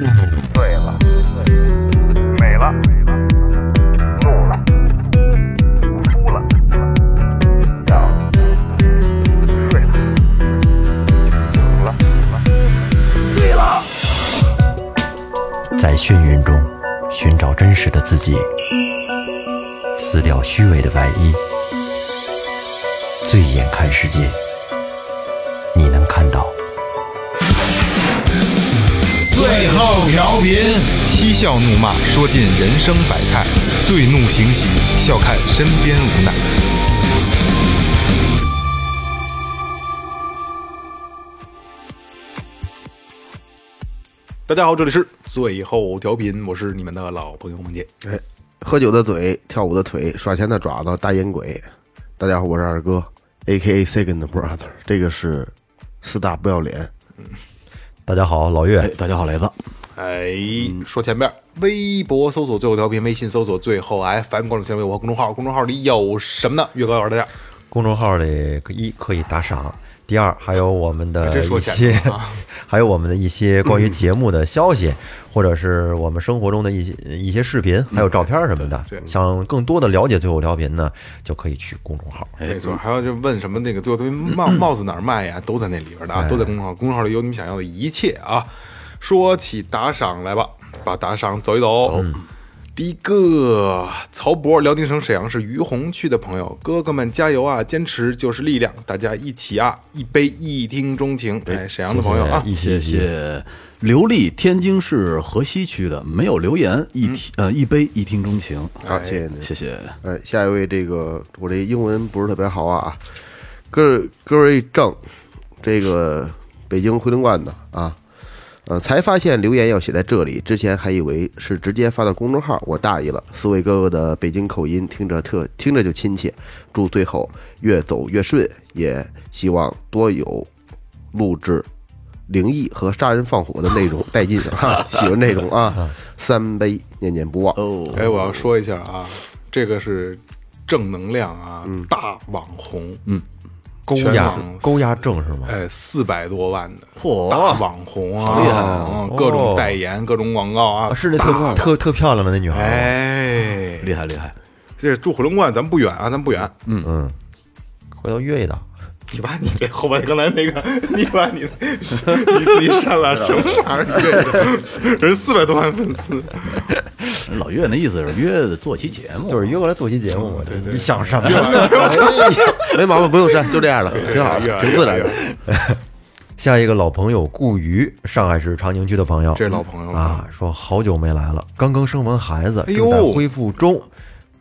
了，美了，怒了，哭了，笑了，睡了，醒了，醉了。在眩晕中寻找真实的自己，撕掉虚伪的外衣，醉眼看世界，你能看到。最后调频，嬉笑怒骂，说尽人生百态；醉怒行喜，笑看身边无奈。大家好，这里是最后调频，我是你们的老朋友孟杰。哎，喝酒的嘴，跳舞的腿，耍钱的爪子，大烟鬼。大家好，我是二哥，A K A Second Brother，这个是四大不要脸。大家好，老岳，大家好，雷子。哎，说前边，微博搜索最后调频，微信搜索最后 FM，关注新浪微博公众号，公众号里有什么呢？岳哥告诉大家，公众号里一可以打赏，第二还有我们的这说一起来些了啊，还有我们的一些关于节目的消息，或者是我们生活中的一些一些视频，还有照片什么的对。对想更多的了解最后调频呢，就可以去公众号。没错，还有就问什么那个最后东西帽帽子哪儿卖呀，都在那里边的啊，都在公众号，公众号里有你们想要的一切啊。说起打赏来吧，把打赏走一走。第一个，曹博，辽宁省沈阳市于洪区的朋友，哥哥们加油啊！坚持就是力量，大家一起啊！一杯一听钟情，哎，沈阳的朋友啊，一谢谢刘丽，天津市河西区的，没有留言，一听、呃一杯一听钟情，好，谢谢您。谢谢。哎，下一位，这个我这英文不是特别好啊，各各位正，这个北京回龙观的啊，呃，才发现留言要写在这里，之前还以为是直接发到公众号，我大意了。四位哥哥的北京口音听着特听着就亲切，祝最后越走越顺，也希望多有录制灵异和杀人放火的内容带劲啊，喜欢这种啊，三杯念念不忘。哦，哎，我要说一下啊，这个是正能量啊，大网红，嗯，勾全压网勾压症是吗？哎，四百多万的嚯大网红啊，厉害嗯各种代言，各种广告啊啊，是那特特特漂亮的那女孩，哎，厉害厉害，这住回龙观，咱不远啊，咱不远。嗯，回头约一道。你把你这后边刚才那个，你把你的你自己删了，什么玩意儿？这人四百多万粉丝，老岳那意思是约做期节目，就是约过来做期节目嘛，你想什么？哎没毛病，不用删，就这样了，挺好越来的，越挺自然的。下一个老朋友顾瑜，上海市长宁区的朋友，这老朋友了啊，说好久没来了，刚刚生完孩子，哎正呦在恢复中，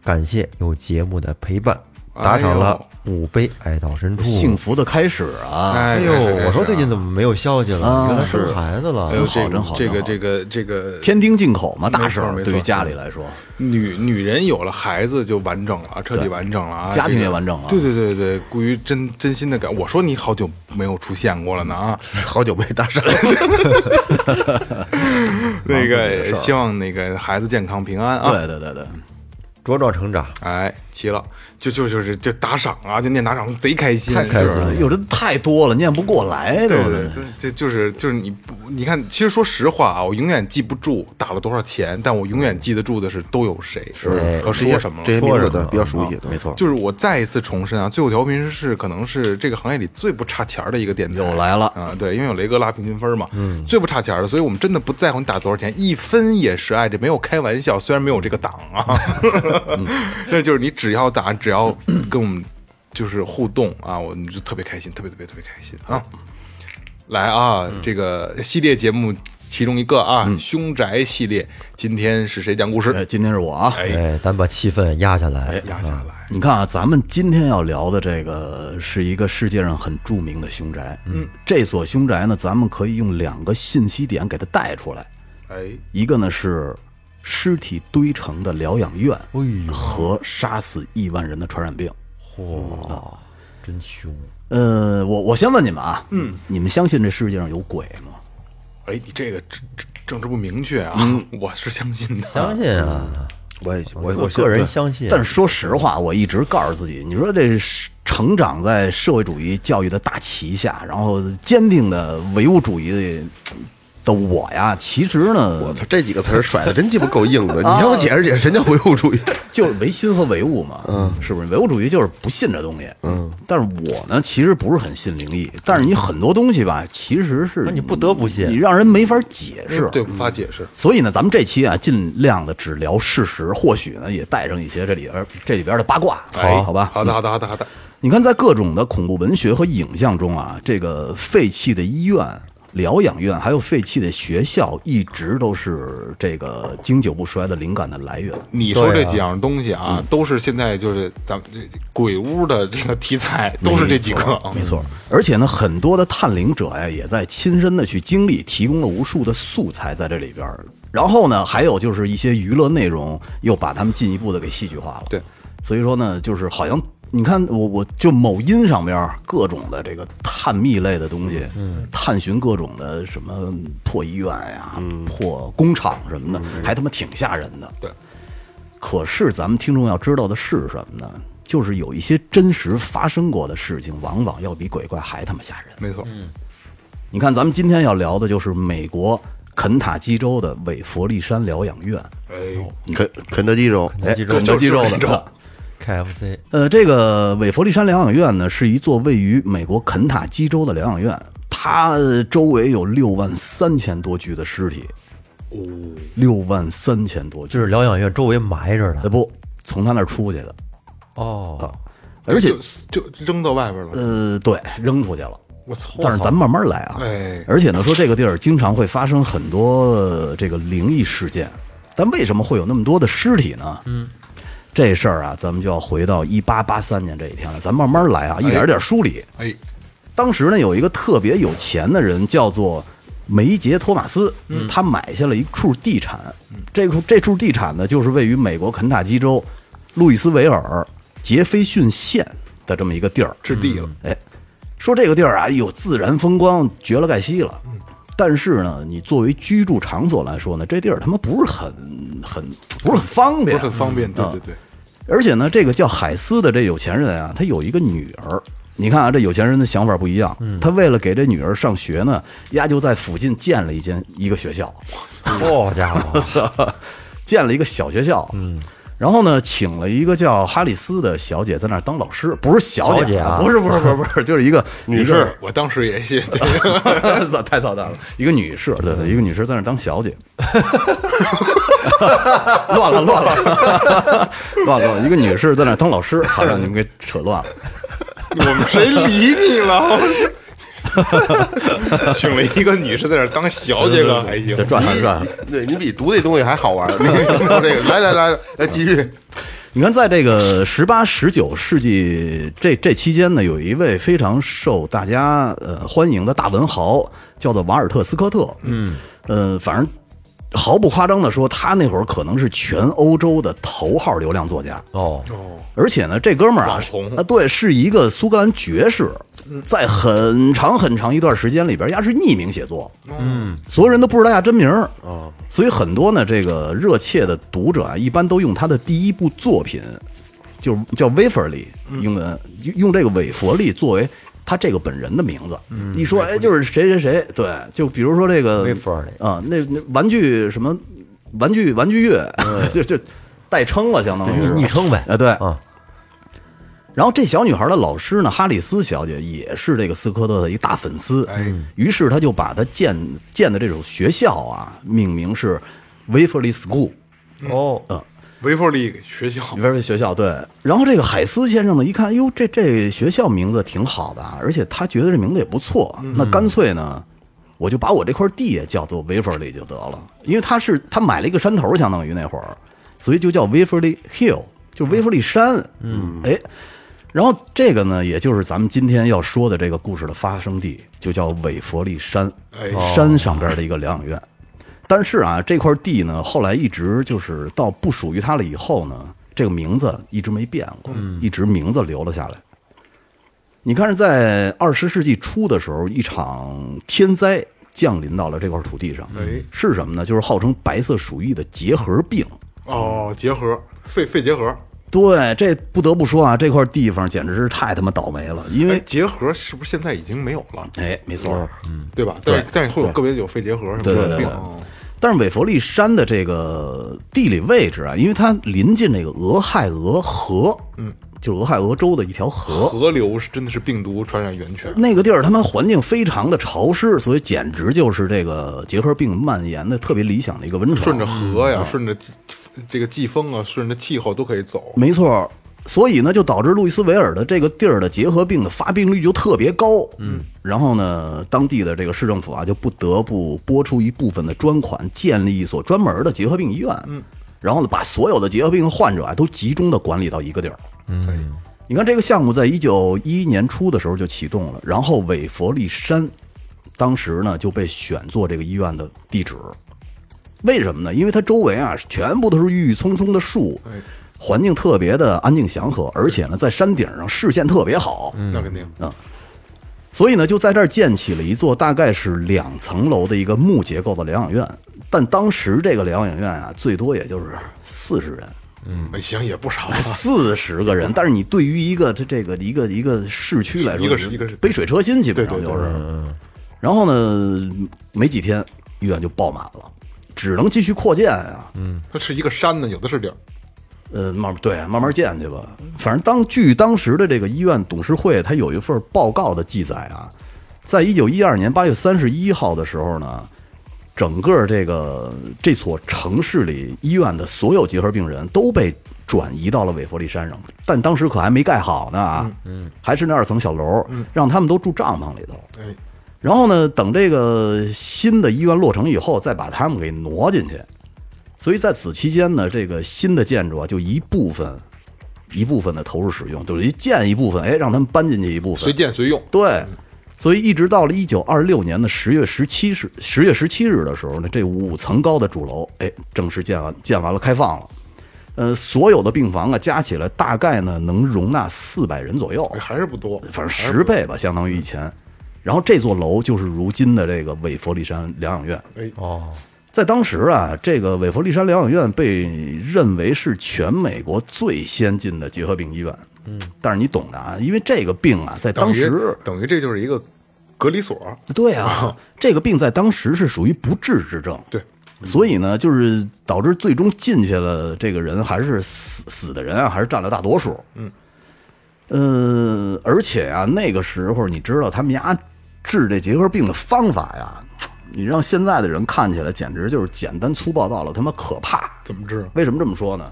感谢有节目的陪伴，打赏了五杯，爱到深处。幸福的开始啊！哎哎呦，我说最这近怎么没有消息了？原来生孩子了哎，呦，真好这真好这个真好这个这个天丁进口嘛，大事没错儿没错对于家里来说，女女人有了孩子就完整了，彻底完整了啊，家庭这个也完整了对对对对，顾于真真心的感，我说你好久没有出现过了呢啊，好久没搭上，那个希望那个孩子健康平安啊。对对对对，茁壮成长，哎，齐了，就就就是就打赏啊，就念打赏，贼开心，太开就心是了。有这太多了，念不过来，对不对，就就就是就是你不，你看，其实说实话啊，我永远记不住打了多少钱，但我永远记得住的是都有谁是和说什么了这些名字说什么的了比较熟悉的，没。错，就是我再一次重申啊，最后调频是可能是这个行业里最不差钱儿的一个电台。又来了啊，对，因为有雷哥拉平均分嘛，嗯，最不差钱儿的，所以我们真的不在乎你打多少钱，一分也是爱，这没有开玩笑。虽然没有这个档 啊， 这就是你只要打，只要跟我们就是互动啊，我们就特别开心，特别特别特别开心啊。来啊，嗯这个系列节目其中一个啊，凶宅系列，今天是谁讲故事？哎，今天是我啊，哎，咱把气氛压下来，压下来。你看啊，咱们今天要聊的这个是一个世界上很著名的凶宅。嗯，这所凶宅呢，咱们可以用两个信息点给它带出来，哎，一个呢是尸体堆成的疗养院，哎呦和杀死亿万人的传染病。嚯，真凶！呃，我我先问你们啊，嗯，你们相信这世界上有鬼吗？哎，你这个政政政治不明确啊，嗯我是相信的。相信啊，我也我我我个人相信，但是说实话，我一直告诉自己，你说这是成长在社会主义教育的大旗下，然后坚定的唯物主义的的我呀，其实我呢，操，这几个词儿甩的真鸡巴够硬的！你让我解释解释，什么叫唯物主义？就是唯心和唯物嘛，嗯，是不是？唯物主义就是不信这东西，嗯。但是我呢，其实不是很信灵异，但是你很多东西吧，其实是你不得不信你让人没法解释。嗯对，无法解释。所以呢，咱们这期啊，尽量的只聊事实，或许呢也带上一些这里边这里边的八卦，哎好吧？嗯好的，好的，好的，好的。你看，在各种的恐怖文学和影像中啊，这个废弃的医院、疗养院，还有废弃的学校，一直都是这个经久不衰的灵感的来源。你说对这啊几样东西啊，嗯都是现在就是咱们这鬼屋的这个题材，都是这几个。没错。而且呢，很多的探灵者呀，也在亲身的去经历，提供了无数的素材在这里边儿。然后呢，还有就是一些娱乐内容，又把他们进一步的给戏剧化了。对，所以说呢，就是好像你看我，我就某音上边儿各种的这个探秘类的东西，嗯，探寻各种的什么破医院呀、嗯破工厂什么的，还他妈挺吓人的。对，可是咱们听众要知道的是什么呢？就是有一些真实发生过的事情，往往要比鬼怪还他妈吓人。 没错。你看，咱们今天要聊的就是美国肯塔基州的韦佛利山疗养院，哎，肯肯德基州，肯德基州哎肯德基州就是这的啊种。 KFC 呃，这个韦佛利山疗养院呢，是一座位于美国肯塔基州的疗养院，它呃周围有六万三千多具的尸体，哦，六万三千多具就，是疗养院周围埋着呃的不，从他那儿出去的，哦，而且就就扔到外边了。呃，对，扔出去了。我操！但是咱慢慢来啊。哎而且呢，说这个地儿经常会发生很多呃这个灵异事件，但为什么会有那么多的尸体呢？嗯，这事儿啊，咱们就要回到一八八三年这一天了，咱慢慢来啊，一点一点梳理。哎，当时呢，有一个特别有钱的人，叫做梅杰·托马斯，他买下了一处地产，这处这处地产呢，就是位于美国肯塔基州路易斯维尔杰斐逊县的这么一个地儿。置地了。哎，说这个地儿啊有自然风光，绝了盖西了。但是呢，你作为居住场所来说呢，这地儿他妈不是很很不是很方便，不是很方便，对嗯对对，而且呢，这个叫海斯的这有钱人啊，他有一个女儿。你看啊，这有钱人的想法不一样。他为了给这女儿上学呢，丫就在附近建了一间一个学校， 好哦家 伙，建了一个小学校。嗯，然后呢，请了一个叫哈里斯的小姐在那儿当老师，不是小小姐啊不是不是不是不是，就是一个女不是，我当时也是， 对操， 太操蛋了！一个女士，对对，一个女士在那儿当小姐，乱了乱了乱了，一个女士在那儿当老师，操，让你们给扯乱了。我们谁理你了？ 请了一个女士在那儿当小姐了，还行这。转转转，对你比读那东西还好玩儿。这个来来来来，继续。你看，在这个十八、十九世纪这这期间呢，有一位非常受大家呃欢迎的大文豪，叫做瓦尔特斯科特。嗯，呃，反正毫不夸张的说，他那会儿可能是全欧洲的头号流量作家。哦，而且呢，这哥们儿啊网红，啊，对，是一个苏格兰爵士，在很长很长一段时间里边，丫是匿名写作，嗯，所有人都不知道丫真名儿，哦所以很多呢，这个热切的读者啊，一般都用他的第一部作品，就是叫 Waverly，英嗯文用用这个韦佛利作为他这个本人的名字，嗯一说哎，就是谁谁谁，对，就比如说这个韦弗利啊，那那玩具什么玩具玩具乐， 就就代称了，相当于是昵昵嗯称呗啊，对，啊，然后这小女孩的老师呢，哈里斯小姐也是这个斯科特的一大粉丝，哎于是她就把她建建的这种学校啊，命名是 Waverly School，哦，维弗利学校，里边的学校对。然后这个海斯先生呢，一看，哟，这这学校名字挺好的啊，而且他觉得这名字也不错，那干脆呢，我就把我这块地也叫做 Waverly 就得了，因为他是他买了一个山头，相当于那会儿，所以就叫 Waverly Hill，就是威弗利山。嗯，哎。然后这个呢，也就是咱们今天要说的这个故事的发生地，就叫韦佛利山，山上边的一个疗养院。但是啊，这块地呢，后来一直就是到不属于它了以后呢，这个名字一直没变过，一直名字留了下来。你看，是在二十世纪初的时候，一场天灾降临到了这块土地上，是什么呢？就是号称白色鼠疫的结核病。哦，结核，肺肺结核，对，这不得不说啊，这块地方简直是太他妈倒霉了，因哎为，结核是不是现在已经没有了，哎，没错儿，对吧？但是但是会有个别有肺结核什么对对的对病哦对，但是韦弗利山的这个地理位置啊，因为它临近这个俄亥俄河，嗯，就是俄亥俄州的一条河。河流是真的是病毒传染源泉。那个地儿他妈环境非常的潮湿，所以简直就是这个结核病蔓延的特别理想的一个温床。顺着河嗯呀，顺着这个季风啊，顺着气候都可以走。没错，所以呢，就导致路易斯维尔的这个地儿的结核病的发病率就特别高。嗯，然后呢，当地的这个市政府啊，就不得不拨出一部分的专款，建立一所专门的结核病医院。嗯，然后呢，把所有的结核病患者啊，都集中的管理到一个地儿。嗯，你看这个项目在一九一一年初的时候就启动了，然后韦佛利山当时呢就被选作这个医院的地址。为什么呢？因为它周围啊全部都是郁郁葱葱的树，环境特别的安静祥和，而且呢在山顶上视线特别好，那肯定。所以呢就在这儿建起了一座大概是两层楼的一个木结构的疗养院。但当时这个疗养院啊，最多也就是四十人，嗯，行，也不少了。 四十个人，但是你对于一个这这个一个一个市区来说，一个是一个是杯水车薪，基本上对就对是。然后呢，没几天医院就爆满了，只能继续扩建啊。它是一个山呢，有的是地儿。呃，慢慢对，慢慢建去吧。反正当据当时的这个医院董事会，它有一份报告的记载啊，在一九一二年八月三十一号的时候呢，整个这个这所城市里医院的所有结核病人都被转移到了韦弗利山上，但当时可还没盖好呢啊，嗯，还是那二层小楼，让他们都住帐篷里头。哎，然后呢，等这个新的医院落成以后，再把他们给挪进去。所以在此期间呢，这个新的建筑啊，就一部分一部分的投入使用，就是一建一部分，哎，让他们搬进去一部分，随建随用。对，所以一直到了一九二六年的十月十七日，十月十七日的时候呢，这五层高的主楼，哎，正式建完，建完了开放了。呃，所有的病房啊，加起来大概呢能容纳四百人左右哎，还是不多，反正十倍吧，相当于以前。然后这座楼就是如今的这个韦佛利山疗养院。哎哦，在当时啊，这个韦佛利山疗养院被认为是全美国最先进的结核病医院。嗯，但是你懂的啊，因为这个病啊，在等当于时等于这就是一个隔离所。对啊，这个病在当时是属于不治之症。对，所以呢，就是导致最终进去了这个人还是死死的人啊，还是占了大多数。嗯，呃，而且啊，那个时候你知道他们家治这结核病的方法呀，你让现在的人看起来简直就是简单粗暴到了他妈可怕。怎么治？为什么这么说呢？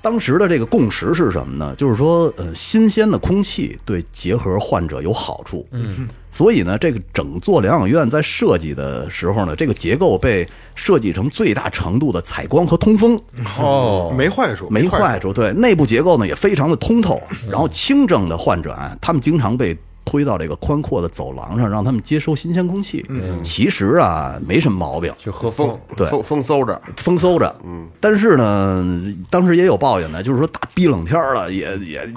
当时的这个共识是什么呢？就是说，呃，新鲜的空气对结核患者有好处。嗯，所以呢，这个整座疗养院在设计的时候呢，这个结构被设计成最大程度的采光和通风，哦，没坏处，没坏坏处。对，内部结构呢也非常的通透。然后轻症的患者啊，他们经常被推到这个宽阔的走廊上，让他们接收新鲜空气。嗯，其实啊，没什么毛病。去喝风，对风风嗖着，风嗖着，嗯，但是呢，当时也有抱怨的，就是说大逼冷天儿了，也也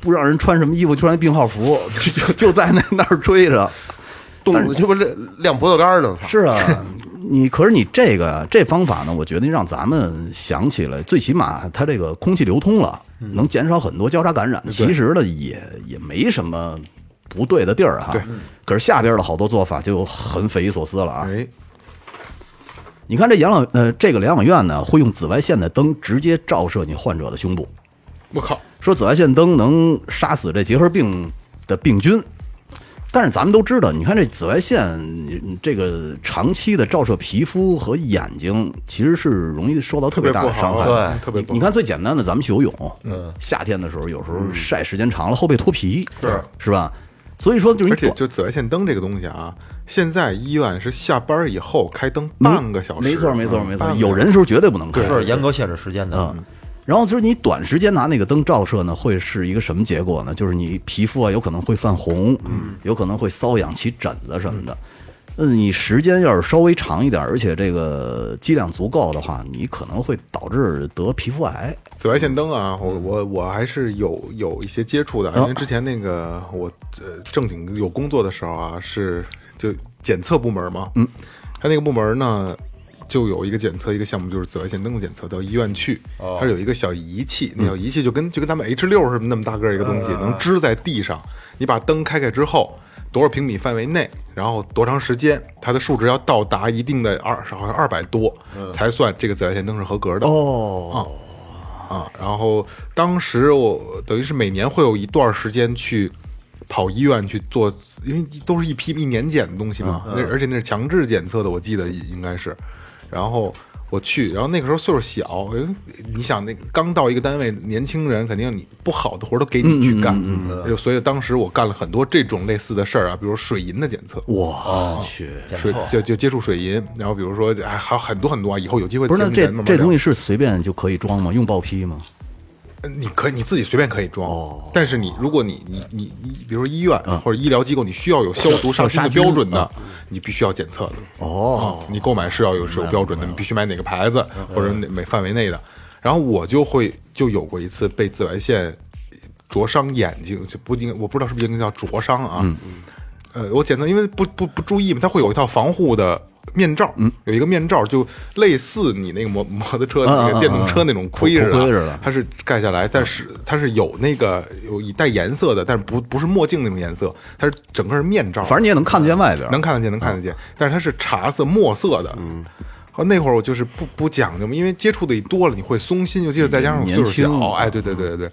不让人穿什么衣服，就穿病号服， 就就就在那那儿追 着。冻这不晾晾葡萄干儿呢，操是啊，你可是你这个这方法呢，我觉得让咱们想起来，最起码它这个空气流通了，能减少很多交叉感染。其实呢，也也没什么不对的地儿哈。可是下边的好多做法就很匪夷所思了啊。哎，你看这养老呃，这个疗养院呢，会用紫外线的灯直接照射你患者的胸部，我靠，说紫外线灯能杀死这结核病的病菌。但是咱们都知道，你看这紫外线嗯这个长期的照射皮肤和眼睛，其实是容易受到特别大的伤特别不害。好对特别不好你你看最简单的，咱们去游泳，嗯，夏天的时候有时嗯候晒时间长了，后背脱皮，对，是吧？所以说就是你而且短就紫外线灯这个东西啊，现在医院是下班以后开灯半个小时，没错没错嗯没半错，个有人的时候绝对不能看。是严格限制时间的。嗯，然后就是你短时间拿那个灯照射呢，会是一个什么结果呢？就是你皮肤啊有可能会泛红，嗯有可能会瘙痒起疹子什么的。那你时间要是稍微长一点，而且这个剂量足够的话，你可能会导致得皮肤癌。紫外线灯啊，我我我还是有有一些接触的，因为之前那个我呃正经有工作的时候啊，是就检测部门嘛，嗯，他那个部门呢，就有一个检测一个项目，就是紫外线灯的检测，到医院去，它是有一个小仪器，那小仪器就跟就跟咱们 H 六是那么大个儿一个东西，能支在地上，你把灯开开之后。多少平米范围内，然后多长时间，它的数值要到达一定的二，好像二百多，才算这个紫外线灯是合格的。哦，啊，然后当时我等于是每年会有一段时间去跑医院去做，因为都是一批一年检的东西啊嘛，嗯那而且那是强制检测的，我记得应该是。然后我去，然后那个时候岁数小，因为你想那个刚到一个单位，年轻人肯定你不好的活儿都给你去嗯干，就所以当时我干了很多这种类似的事儿啊，比如水银的检测。我去，水就就接触水银，然后比如说哎，还有很多很多啊，以后有机会不是节那目这咱慢慢这聊东西是随便就可以装吗？用报批吗？呃你可以你自己随便可以装，但是你如果你你你你，比如说医院或者医疗机构，你需要有消毒杀菌的标准的，你必须要检测的。嗯哦，嗯你购买是要有是有标准的，你必须买哪个牌子或者哪哪范围内的。然后我就会就有过一次被紫外线灼伤眼睛，就不应该我不知道是不是应该叫灼伤啊。呃，我检测，因为不不不注意嘛，它会有一套防护的面罩，有一个面罩，就类似你那个摩摩托车那个电动车那种盔似头盔似的的，它啊是盖下来，但嗯是它是有那个有一带颜色的，但是不不是墨镜那种颜色，它是整个是面罩，反正你也嗯能看得见外边儿，哦能看得见，能看得见，但是它是茶色、墨色的。嗯，那会儿我就是不不讲究嘛，因为接触的也多了，你会松心，尤其是再加上我岁嗯年数轻小，哎，对对对对对，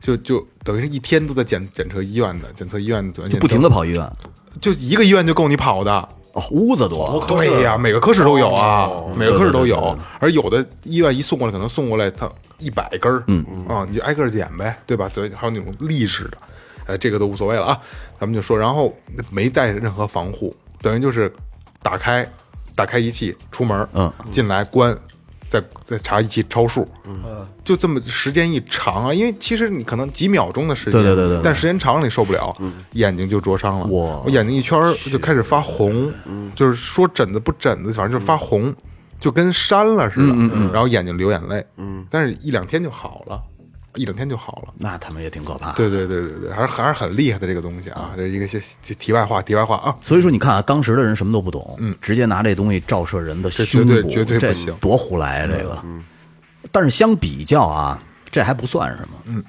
就就等于是一天都在检检测医院的，检测医院的，就不停的跑医院。就一个医院就够你跑的。哦，屋子多，对呀、每个科室都有啊，每个科室都有。哦对对对而有的医院一送过来，可能送过来它一百根儿，嗯啊，你就挨个儿检呗，对吧？对，还有那种立式的，呃，这个都无所谓了啊。咱们就说，然后没带任何防护，等于就是打开打开仪器出门，嗯，进来关，再再查仪器超数，嗯，就这么时间一长啊，因为其实你可能几秒钟的时间，对对对对对但时间长了你受不了，眼睛就灼伤了，哇我眼睛一圈儿就开始发红，就是说疹子不疹子，反正就是发红，就跟山了似的，然后眼睛流眼泪，但是一两天就好了，一两天就好了。那他们也挺可怕。，对对对对对，还是还是很厉害的这个东西啊，这是一个些这题外话，题外话啊，所以说你看啊，当时的人什么都不懂，嗯，直接拿这东西照射人的胸部，这绝对绝对这不行嗯多胡来啊这个。但是相比较啊，这还不算什么，嗯，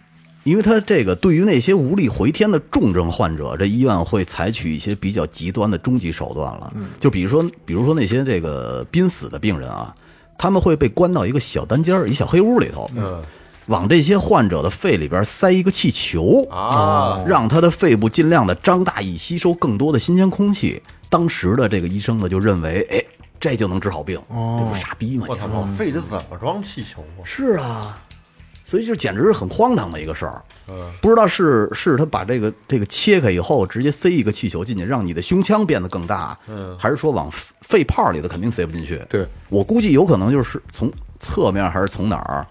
因为他这个对于那些无力回天的重症患者，这医院会采取一些比较极端的终极手段了，嗯就比如说，比如说那些这个濒死的病人啊，他们会被关到一个小单间儿、一小黑屋里头，嗯。往这些患者的肺里边塞一个气球啊，让他的肺部尽量的张大，以吸收更多的新鲜空气。当时的这个医生呢，就认为，哎，这就能治好病，哦这不是傻逼吗？我你操，肺里怎么装气球啊？是啊，所以就简直是很荒唐的一个事儿。嗯不知道是是他把这个这个切开以后，直接塞一个气球进去，让你的胸腔变得更大，嗯还是说往肺泡里头肯定塞不进去？对，我估计有可能就是从侧面还是从哪儿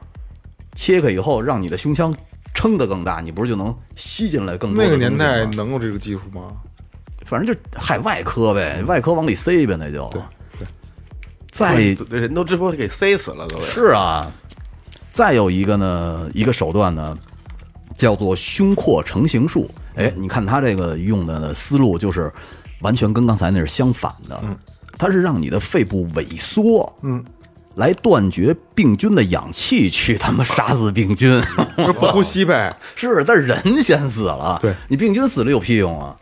切开以后，让你的胸腔撑得更大，你不是就能吸进来更多那的个东西吗？年代能有这个技术吗？反正就嗨外科呗，外科往里塞呗，那就对再这人都直播给塞死了，各位。是啊，再有一个呢，一个手段呢，叫做胸廓成形术。哎，你看他这个用的思路就是完全跟刚才那是相反的，它是让你的肺部萎缩，嗯，来断绝病菌的氧气，去他妈杀死病 菌。就是不呼吸呗，是，但是人先死了，对你病菌死了有屁用啊？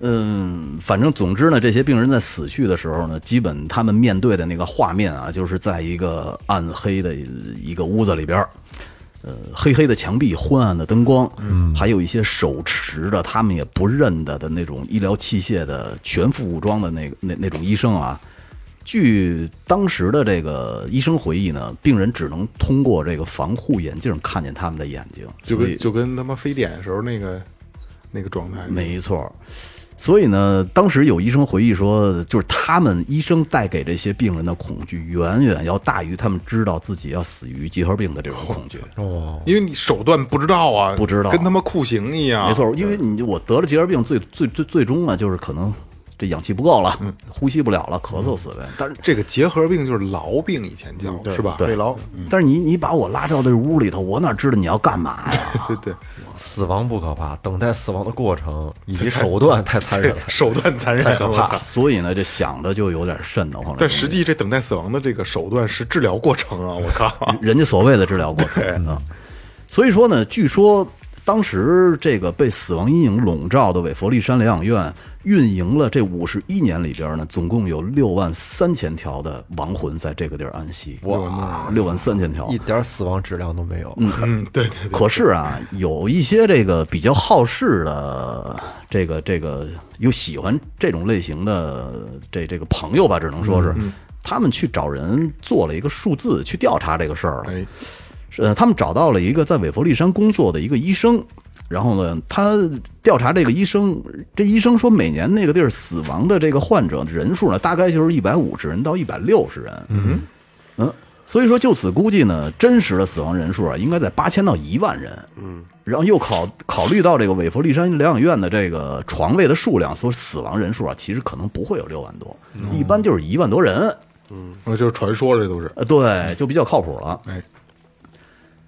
嗯，反正总之呢，这些病人在死去的时候呢，基本他们面对的那个画面啊，就是在一个暗黑的一个屋子里边儿，呃，黑黑的墙壁，昏暗的灯光，嗯，还有一些手持着他们也不认得的那种医疗器械的全副武装的那个那那种医生啊。据当时的这个医生回忆呢，病人只能通过这个防护眼镜看见他们的眼睛，就所以跟就跟他妈非典的时候那个那个状态，没错。所以呢，当时有医生回忆说，就是他们医生带给这些病人的恐惧，远远要大于他们知道自己要死于结核病的这种恐惧。因为你手段不知道啊，不知道跟他妈酷刑一样，没错，因为你我得了结核病最，最最最终啊，就是可能这氧气不够了，呼吸不了了，咳嗽死呗。但是这个结核病就是痨病，以前叫是吧？肺痨，但是你你把我拉到这屋里头，我哪知道你要干嘛呀？对对，死亡不可怕，等待死亡的过程以及手段太残忍了。手段残忍，太可怕 我操。所以呢，这想的就有点瘆得慌了。但实际这等待死亡的这个手段是治疗过程啊！我靠，人家所谓的治疗过程啊。所以说呢，据说当时这个被死亡阴影笼罩的韦弗利山疗养院运营了这五十一年里边呢，总共有六万三千条的亡魂在这个地儿安息。哇，六万三千条一。点死亡质量都没有， 嗯，对对对， 可是啊，有一些这个比较好事的，这个这个有喜欢这种类型的这这个朋友吧，只能说是，他们去找人做了一个数字去调查这个事儿了。哎，呃，他们找到了一个在韦弗利山工作的一个医生，然后呢，他调查这个医生，这医生说每年那个地儿死亡的这个患者人数呢，大概就是一百五十人到一百六十人，嗯嗯，所以说就此估计呢，真实的死亡人数啊，应该在八千到一万人，嗯，然后又考考虑到这个韦弗利山疗养院的这个床位的数量，所以死亡人数啊，其实可能不会有六万多，一般就是一万多人，那嗯就是传说了，这都是，呃，对，就比较靠谱了。哎，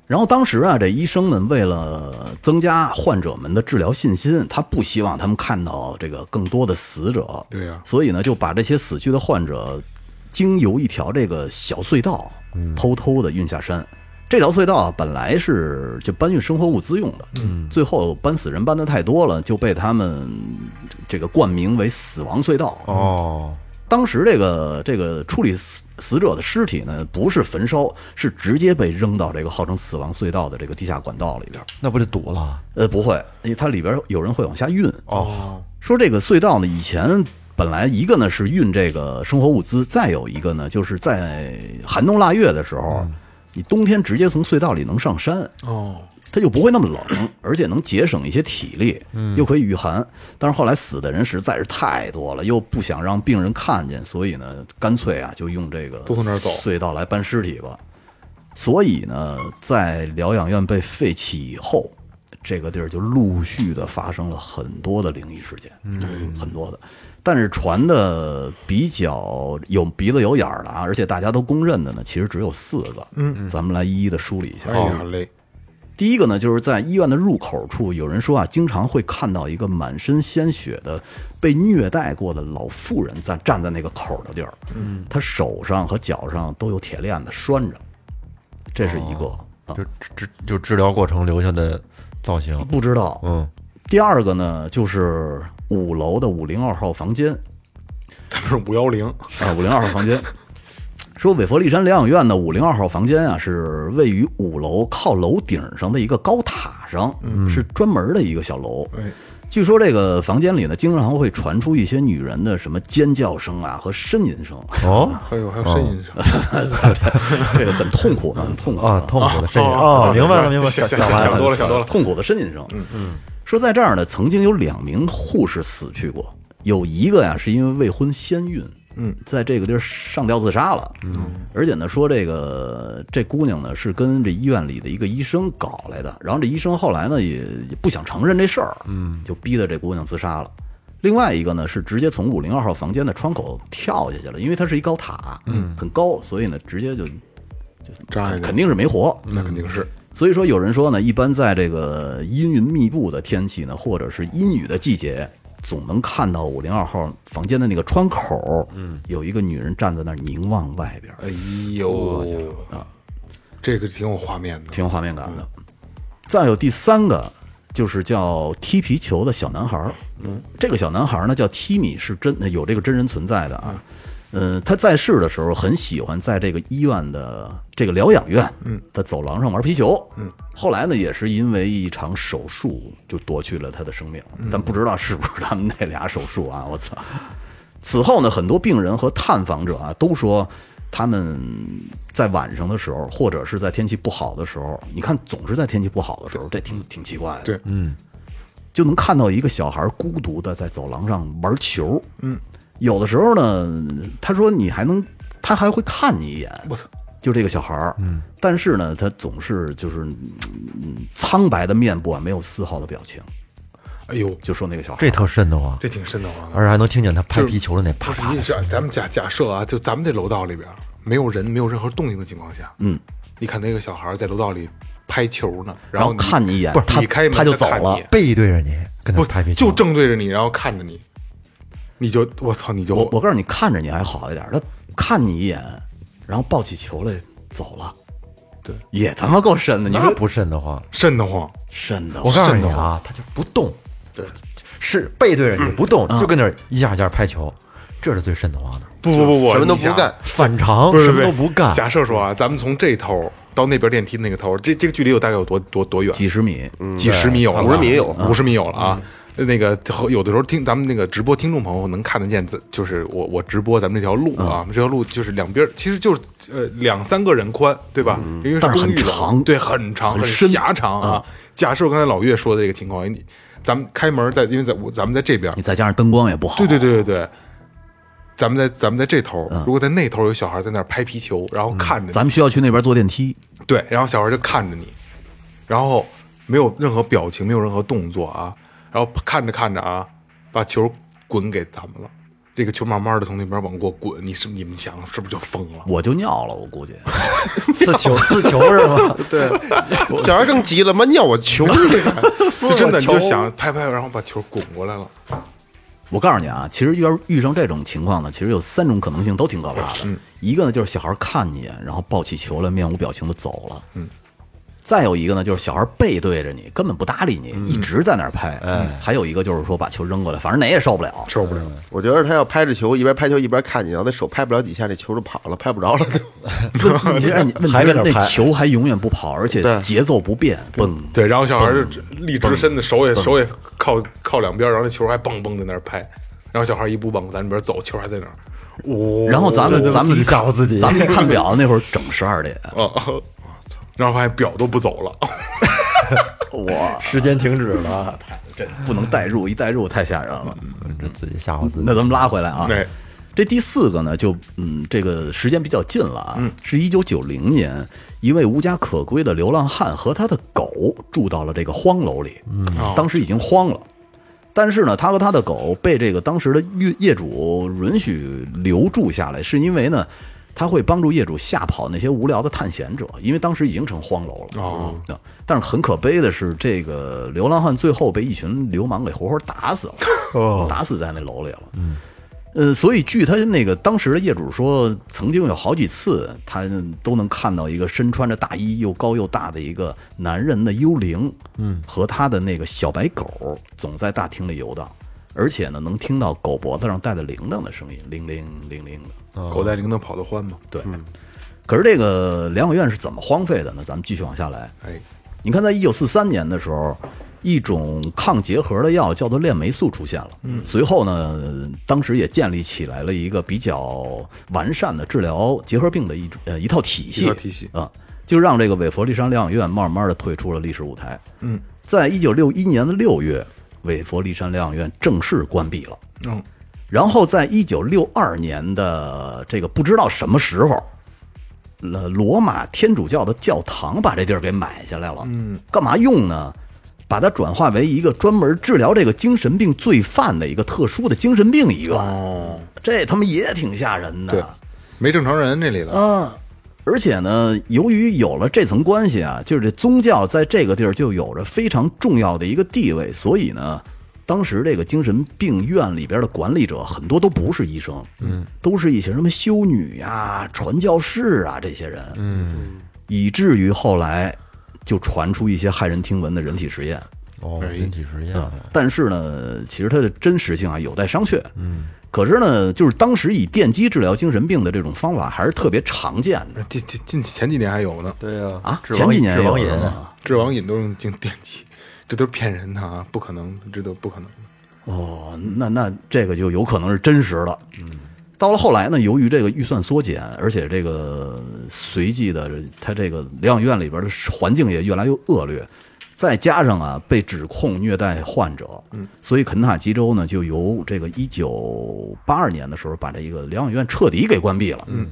然后当时啊，这医生们为了增加患者们的治疗信心，他不希望他们看到这个更多的死者，对呀所以呢，就把这些死去的患者经由一条这个小隧道，嗯偷偷的运下山。这条隧道啊，本来是就搬运生活物资用的，嗯，最后搬死人搬的太多了，就被他们这个冠名为“死亡隧道”哦，哦，当时这个这个处理死死者的尸体呢，不是焚烧，是直接被扔到这个号称死亡隧道的这个地下管道里边。那不就堵了？呃，不会，因为它里边有人会往下运。哦，说这个隧道呢，以前本来一个呢是运这个生活物资，再有一个呢就是在寒冬腊月的时候，你冬天直接从隧道里能上山。哦，它就不会那么 冷，而且能节省一些体力，嗯又可以御寒。但是后来死的人实在是太多了，又不想让病人看见，所以呢，干脆啊，就用这个都从这儿走隧道来搬尸体吧。所以呢，在疗养院被废弃以后，这个地儿就陆续的发生了很多的灵异事件，嗯，很多的。但是传的比较有鼻子有眼儿的啊，而且大家都公认的呢，其实只有四个。嗯，咱们来一一的梳理一下。哎呀嘞，第一个呢，就是在医院的入口处，有人说啊，经常会看到一个满身鲜血的、被虐待过的老妇人在站在那个口的地儿，嗯，她手上和脚上都有铁链子拴着，这是一个、啊，就治就治疗过程留下的造型，不知道。嗯，第二个呢，就是五楼的五零二号房间，他们是五幺零，啊，五零 二号房间。说韦弗利山疗养院的五零二号房间啊，是位于五楼靠楼顶上的一个高塔上，嗯是专门的一个小楼。哎据说这个房间里呢，经常会传出一些女人的什么尖叫声啊和呻吟 声，哦还有还有声音声，这个很痛苦的，很痛苦的啊，痛苦的身影，哦哦，明白了，明白了，想想想完想了多了想多了痛苦的呻吟声。嗯嗯，说在这儿呢，曾经有两名护士死去过，有一个呀是因为未婚先孕，嗯，在这个地儿上吊自杀了。嗯，而且呢说这个这姑娘呢是跟这医院里的一个医生搞来的，然后这医生后来呢也也不想承认这事儿，嗯，就逼得这姑娘自杀了。另外一个呢是直接从五零二号房间的窗口跳下去了，因为它是一高塔，嗯，很高，所以呢直接就扎一肯个肯，定是没活，那肯定是，所以说，有人说呢，一般在这个阴云密布的天气呢，或者是阴雨的季节，总能看到五零二号房间的那个窗口，嗯，有一个女人站在那儿凝望外边，哎呦，这个啊挺有画面的，挺有画面感的。再有第三个，就是叫踢皮球的小男孩儿。嗯，这个小男孩儿呢叫提米，是真有这个真人存在的啊。嗯，他在世的时候很喜欢在这个医院的这个疗养院，嗯，的走廊上玩皮球。嗯，后来呢，也是因为一场手术就夺去了他的生命，但不知道是不是他们那俩手术啊，我操！此后呢，很多病人和探访者啊都说，他们在晚上的时候，或者是在天气不好的时候，你看总是在天气不好的时候，这挺挺奇怪的。对，就能看到一个小孩孤独的在走廊上玩球。嗯，有的时候呢，他说你还能，他还会看你一眼。我操！就这个小孩儿，嗯，但是呢，他总是就是、嗯、苍白的面部啊，没有丝毫的表情。哎呦，就说那个小孩，这特瘆得慌，这挺瘆得慌的。而且还能听见他拍皮球的那啪不是啪你想，咱们假假设啊，就咱们这楼道里边没有人、没有任何动静的情况下，嗯，你看那个小孩在楼道里拍球呢，然后后你看你一眼，不是他你开门他就走看了你。背对着你跟他不拍皮球，就正对着你，然后看着你，你就我操，你就我我告诉你，看着你还好一点，他看你一眼，然后抱起球来走了，对，也他妈够深的。你那说不瘆得慌。瘆得慌，深的，我告诉你瘆得啊，他就不动，是背对着你不动，就跟那儿一下一下拍球，这是最瘆得慌的。不不不不，什么都你不想干，，反常，不是什么都不干，假设说啊，咱们从这头到那边电梯那个头，这这个距离有大概有多多多远？几十米，嗯几十米有了吧，五十米有五十米有了嗯啊。那个和有的时候听咱们那个直播，听众朋友能看得见，咱就是我我直播咱们这条路啊，嗯这条路就是两边其实就是呃两三个人宽，对吧？因为嗯但是公寓很的长对，很长，很很深嗯狭长啊。假设刚才老岳说的这个情况，你咱们开门在，因为在我咱们在这边你，再加上灯光也不好，对对对对对，咱们在咱们在这头，如果在那头有小孩在那儿拍皮球，然后看着你嗯咱们需要去那边坐电梯，对，然后小孩就看着你，然后没有任何表情，没有任何动作啊，然后看着看着啊，把球滚给咱们了。这个球慢慢的从那边往过滚，你是你们想是不是就疯了？我就尿了，我 估计。 刺球刺球是吗？对，小孩更急了，妈尿我求你！就真的你就想拍拍，然后把球滚过来了。我告诉你啊，其实要是遇上这种情况呢，其实有三种可能性都挺可怕的。嗯一个呢就是小孩看你一眼，然后抱起球来，面无表情的走了。嗯。再有一个呢，就是小孩背对着你，根本不搭理你，一直在那儿拍。哎嗯。还有一个就是说把球扔过来，反正哪 也受不了。受不了，我觉得他要拍着球，一边拍球一边看你，然后那手拍不了几下，那球就跑了，拍不着了就。问题是，哎你问还在题是那儿那拍球还永远不跑，而且对节奏不变，蹦。对，然后小孩就立直身子，手也手也靠靠两边，然后那球还蹦蹦在那儿拍，然后小孩一步往咱这边走，球还在那儿。哦然后咱们对对咱们自己一看吓唬自己咱们一看表，那会儿整十二 点。啊， 然后发现表都不走了。 哇，时间停止了，这不能代入，一代入太吓人了。嗯这自己吓唬自己那。咱们拉回来啊对，这第四个呢，就嗯，这个时间比较近了啊，是一九九零年，一位无家可归的流浪汉和他的狗住到了这个荒楼里，嗯当时已经荒了。但是呢，他和他的狗被这个当时的业业主允许留住下来，是因为呢，他会帮助业主吓跑那些无聊的探险者，因为当时已经成荒楼了。哦嗯，但是很可悲的是，这个流浪汉最后被一群流氓给活活打死了，打死在那楼里了。嗯。呃，所以据他那个当时的业主说，曾经有好几次他都能看到一个身穿着大衣又高又大的一个男人的幽灵，嗯，和他的那个小白狗总在大厅里游荡，而且呢能听到狗脖子上戴的铃铛的声音，铃铃铃铃的。狗带铃铛跑得欢嘛？对，可是这个疗养院是怎么荒废的呢？咱们继续往下来。哎，你看，在一九四三年的时候，一种抗结核的药叫做链霉素出现了。嗯，随后呢，当时也建立起来了一个比较完善的治疗结核病的一种呃一套体系。一套体系啊、就让这个韦弗利山疗养院慢慢的退出了历史舞台。嗯，在一九六一年的六月，韦弗利山疗养院正式关闭了。嗯，然后在一九六二年的这个不知道什么时候，呃，罗马天主教的教堂把这地儿给买下来了。嗯，干嘛用呢？把它转化为一个专门治疗这个精神病罪犯的一个特殊的精神病医院，哦，这他妈也挺吓人的。对，没正常人这里头。嗯，而且呢，由于有了这层关系啊，就是这宗教在这个地儿就有着非常重要的一个地位，所以呢，当时这个精神病院里边的管理者很多都不是医生，嗯，都是一些什么修女呀、传教士啊这些人，嗯，以至于后来就传出一些骇人听闻的人体实验，哦，人体实验啊，但是呢，其实它的真实性啊有待商榷。嗯，可是呢，就是当时以电击治疗精神病的这种方法还是特别常见的近近近前几年还有呢，对呀啊。前几年治也有网瘾人啊，治网瘾都用经电击，这都是骗人的啊，不可能，这都不可能的。哦，那那这个就有可能是真实的。嗯，到了后来呢，由于这个预算缩减，而且这个随即的它这个疗养院里边的环境也越来越恶劣，再加上啊被指控虐待患者，嗯，所以肯塔基州呢就由这个一九八二年的时候把这一个疗养院彻底给关闭了。嗯，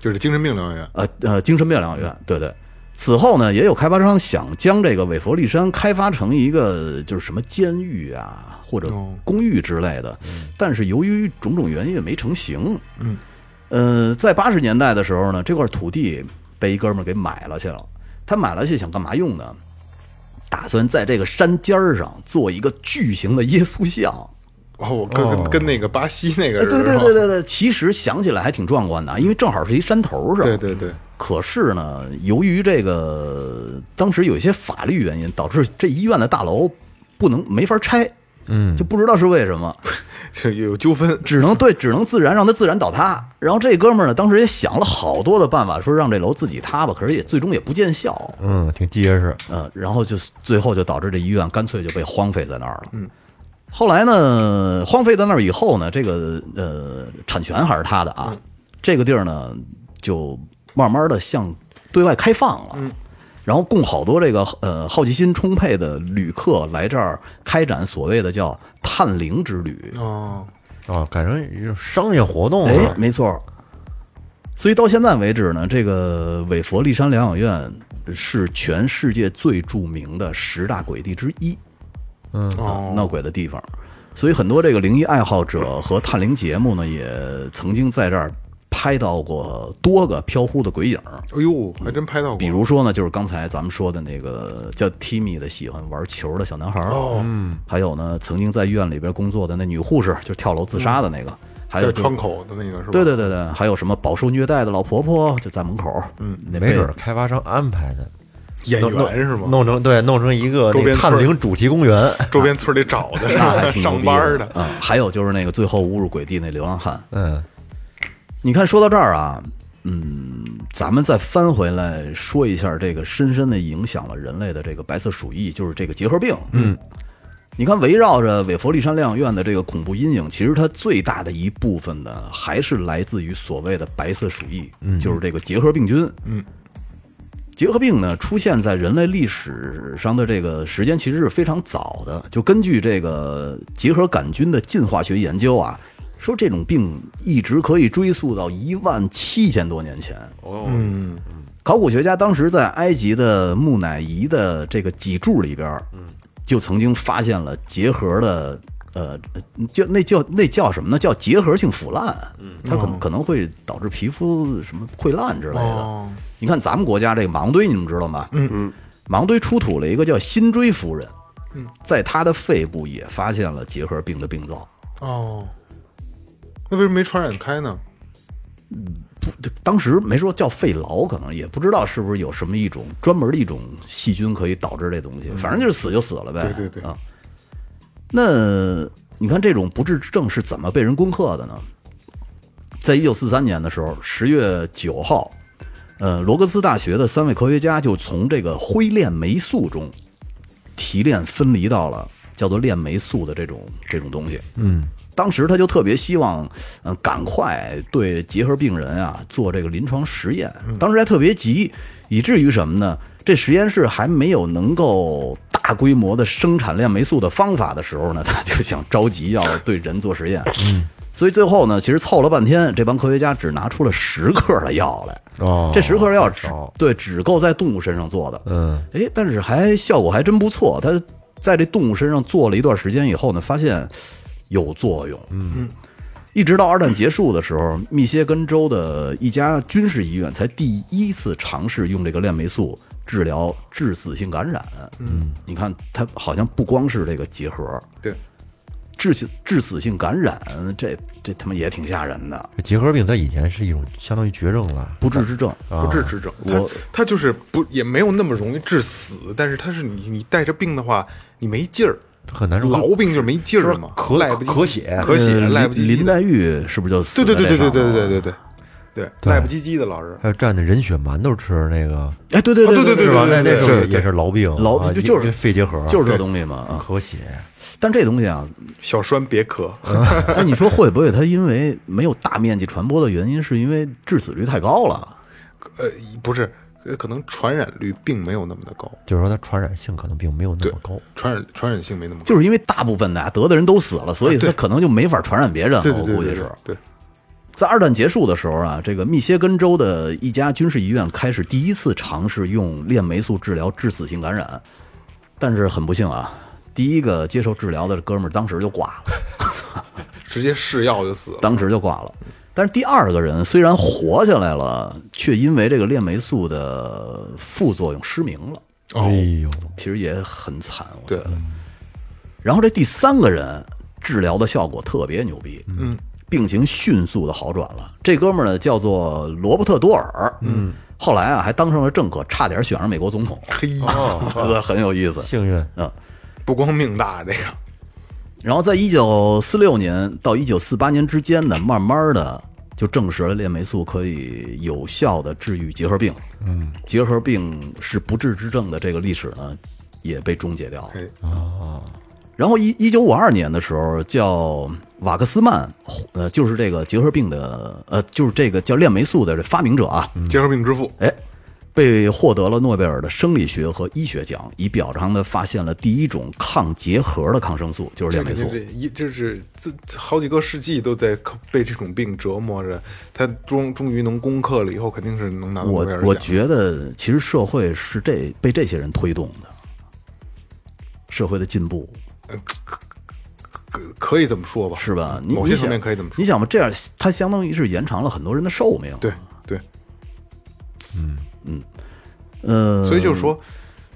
就是精神病疗养院，呃呃，精神病疗养院，对对。此后呢，也有开发商想将这个韦弗利山开发成一个就是什么监狱啊，或者公寓之类的，但是由于种种原因没成型。嗯，呃，在八十年代的时候呢，这块土地被一哥们儿给买了去了。他买了去想干嘛用呢？打算在这个山尖儿上做一个巨型的耶稣像。哦，我跟、哦跟那个巴西那个 哎，人，对对对对对，其实想起来还挺壮观的啊，因为正好是一山头上。对对对，可是呢，由于这个当时有一些法律原因，导致这医院的大楼不能没法拆，嗯，就不知道是为什么，就有纠纷，只能对只能自然让它自然倒塌。然后这哥们儿呢，当时也想了好多的办法，说让这楼自己塌吧，可是也最终也不见效，嗯，挺结实，嗯，然后就最后就导致这医院干脆就被荒废在那儿了。嗯，后来呢，荒废在那儿以后呢，这个呃产权还是他的啊，这个地儿呢就慢慢的向对外开放了。嗯。然后供好多这个呃好奇心充沛的旅客来这儿开展所谓的叫探灵之旅，哦，哦，改成一种商业活动哎了，。没错儿。所以到现在为止呢，这个韦佛利山疗养院是全世界最著名的十大鬼地之一。啊哦，闹鬼的地方，所以很多这个灵异爱好者和探灵节目呢，也曾经在这儿拍到过多个飘忽的鬼影儿。哎呦，还真拍到过，比如说呢，就是刚才咱们说的那个叫 Timmy 的喜欢玩球的小男孩儿，嗯哦，还有呢，曾经在医院里边工作的那女护士，就是跳楼自杀的那个，还有嗯在就窗口的那个是吧？对对对对，还有什么饱受虐待的老婆婆，就在门口，嗯，那没被准儿开发商安排的，演弄员是吗？弄成对，弄成一个周那边个村儿探灵主题公园。周边村里找的是那还吧？挺 牛上逼班的的，啊、还有就是那个最后误入鬼地那流浪汉，嗯，你看，说到这儿啊，嗯，咱们再翻回来说一下这个深深的影响了人类的这个白色鼠疫，就是这个结核病。嗯，你看，围绕着韦佛利山疗养院的这个恐怖阴影，其实它最大的一部分呢，还是来自于所谓的白色鼠疫，就是这个结核病菌。嗯。结核病呢，出现在人类历史上的这个时间其实是非常早的。就根据这个结核杆菌的进化学研究啊，说这种病一直可以追溯到一万七千多年前。嗯，考古学家当时在埃及的木乃伊的这个脊柱里边，就曾经发现了结核的，呃，叫那叫那叫什么呢？叫结核性腐烂，它可能可能会导致皮肤什么溃烂之类的哦。你看咱们国家这个盲堆，你们知道吗？嗯嗯，盲堆出土了一个叫辛追夫人，在她的肺部也发现了结核病的病灶。哦，那为什么没传染开呢？就当时没说叫肺痨，可能也不知道是不是有什么一种专门的一种细菌可以导致这东西，反正就是死就死了呗。嗯对对对啊。那你看这种不治之症是怎么被人攻克的呢？在一九四三年的时候，十月九号，呃，罗格斯大学的三位科学家就从这个灰链霉素中提炼分离到了叫做链霉素的这种这种东西。嗯，当时他就特别希望，嗯、赶快对结核病人啊做这个临床实验。当时还特别急，以至于什么呢？这实验室还没有能够大规模的生产链霉素的方法的时候呢，他就想着急要对人做实验。嗯。所以最后呢，其实凑了半天，这帮科学家只拿出了十克的药来。哦，这十克药只很少对只够在动物身上做的，嗯，哎，但是还效果还真不错。它在这动物身上做了一段时间以后呢，发现有作用，嗯，一直到二战结束的时候，密歇根州的一家军事医院才第一次尝试用这个链霉素治疗致死性感染，嗯，你看它好像不光是这个结核。对，致死致死性感染，这这他妈也挺吓人的，这结核病它以前是一种相当于绝症了，不治之症。不治之症，它我它就是不也没有那么容易致死，但是它是你你带着病的话，你没劲儿，它很难受痨病就是没劲儿嘛，咳赖不唧咳血咳血呃赖不唧林唧林的，黛玉是不是就死对对对对在这对上对了对对对对，对赖不唧唧的老人，还有蘸的人血馒头吃那个，哎，对对啊对对是吧？对那那对时候对也也是痨病，痨啊就就是也肺结核，就是这东西嘛啊。咳血。但这东 西啊，小栓别咳，哎，你说会不会它因为没有大面积传播的原因，是因为致死率太高了？呃，不是，呃可能传染率并没有那么的高，就是说它传染性可能并没有那对么高。，传染传染性没那么高，就是因为大部分的啊得的人都死了，所以它对可能就没法传染别人了。啊对对哦我对估计对是对。对，在二战结束的时候啊，这个密歇根州的一家军事医院开始第一次尝试用链霉素治疗致死性感染，但是很不幸啊，第一个接受治疗的哥们儿当时就挂了。 直接试药就死了。当时就挂了。但是第二个人虽然活下来了，却因为这个链霉素的副作用失明了，哦哎呦，其实也很惨，我觉对得。然后这第三个人治疗的效果特别牛逼，嗯，病情迅速的好转了。这哥们儿呢叫做罗伯特·多尔，嗯，后来啊还当上了政客，差点选上美国总统，嘿，哦 很有意思。幸运，嗯，不光命大，这个然后在一九四六年到一九四八年之间呢，慢慢的就证实了链霉素可以有效的治愈结核病。嗯，结核病是不治之症的这个历史呢，也被终结掉了。哎，然后一一九五二年的时候，叫瓦克斯曼，呃，就是这个结核病的，呃，就是这个叫链霉素的这发明者啊，结核病之父，哎，被获得了诺贝尔的生理学和医学奖，以表彰他发现了第一种抗结核的抗生素，就是这链霉肯素定。是一就是这这好几个世纪都在克被这种病折磨着，他终终于能攻克了以后，肯定啊是能拿到诺我贝尔我奖。觉得，其实社会是这被这些人推动的，社会的进步可可以这么说吧？是吧？你某你些想方面可以这么说你想吧，这样它相当于是延长了很多人的寿命。对，对，嗯呃，所以就是说，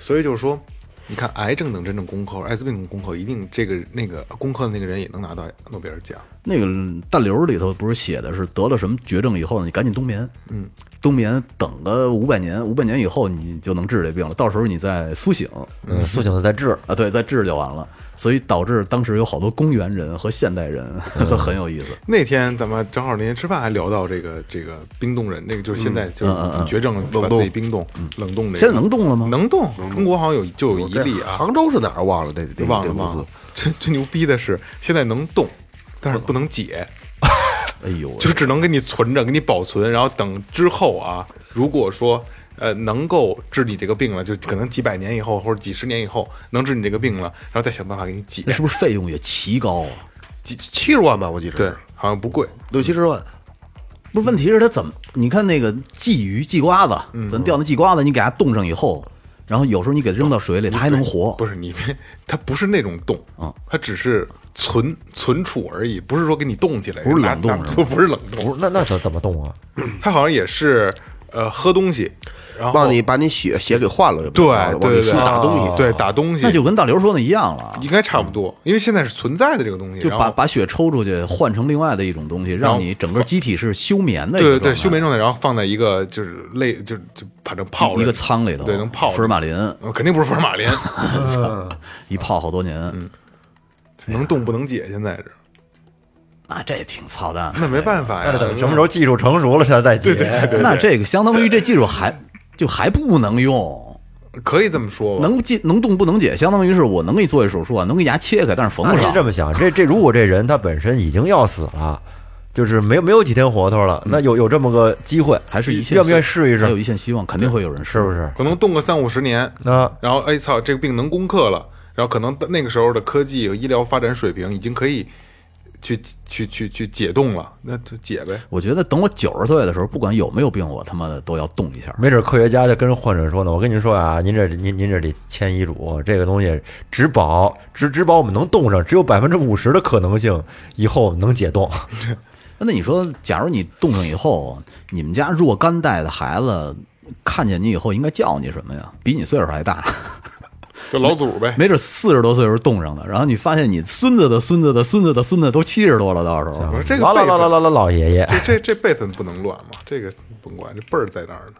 所以就是说，你看，癌症能真正攻克，艾滋病能攻克，一定这个那个攻克的那个人也能拿到诺贝尔奖。那个大刘里头不是写的是得了什么绝症以后呢，你赶紧冬眠，嗯，冬眠等个五百年，五百年以后你就能治这病了，到时候你再苏醒嗯，苏醒了再治，啊，对，再治就完了。所以导致当时有好多公园人和现代人， 这很有意思。那天咱们正好那天吃饭还聊到这个这个冰冻人，那个就是现嗯在就是绝症了，把自己冰冻冷冻那个。现在能动了吗？能动，中国好像有就有一例啊，杭州是哪儿忘了？这这忘这了公司吗？最最牛逼的是，现在能动，但是不能解，哎呦喂，就是只能给你存着，给你保存，然后等之后啊，如果说呃能够治你这个病了，就可能几百年以后或者几十年以后能治你这个病了，然后再想办法给你解那。是不是费用也奇高啊？几七十万吧，我记得对，好像不贵，六七十万。不是，问题是它怎么？你看那个鲫鱼、鲫瓜子，嗯咱钓那鲫瓜子，你给它冻上以后，然后有时候你给它扔到水里，它还能活。不是你 别，它不是那种冻嗯，它只是存存储而已，不是说给你冻起来，不是拿冷冻拿是不是冷冻，不是那那怎怎么动啊？它好像也是呃喝东西，然后帮你把你血血给换了，对往对里对输打东西，对打东西，哦那就跟大刘说的一样了，应该差不多，因为现在是存在的这个东西，就然把后把血抽出去，换成另外的一种东西，后让你整个机体是休眠的一对对个对状态休眠状态，然后放在一个就是类就就反正泡着一个仓里头，对，能泡着福尔马林呃肯定不是福尔马 林，嗯一泡好多年，能动不能解，现在是那这挺操蛋的。那没办法呀，那得等什么时候技术成熟了，它再解。嗯对对 对对，那这个相当于这技术还就还不能用，可以这么说吧，能进能动不能解，相当于是我能给你做一手术啊，能给牙切开，但是缝那不是上。哎这么想，这这如果这人他本身已经要死了，就是没没有几天活头了，那有有这么个机会，嗯还是一线，愿不愿意试一还有试？一线希望，肯定会有人试是不？是？可能动个三五十年，那然后哎操，这个病能攻克了，然后可能那个时候的科技和医疗发展水平已经可以去去去去解冻了，那就解呗，我觉得等我九十岁的时候，不管有没有病，我他妈的都要动一下。没准科学家就跟患者说呢，我跟您说啊，您这您您这得签医嘱，这个东西只保只只保我们能冻上，只有百分之五十的可能性以后能解冻。那你说，假如你冻上以后，你们家若干代的孩子看见你以后，应该叫你什么呀？比你岁数还大，就老祖呗，没准四十多岁时候冻上的，然后你发现你孙子的孙子的孙子的孙子都七十多了，到时候我说这个老老辈分老老老老老爷爷，这这辈分不能乱嘛，这个甭管，这辈儿在那儿呢。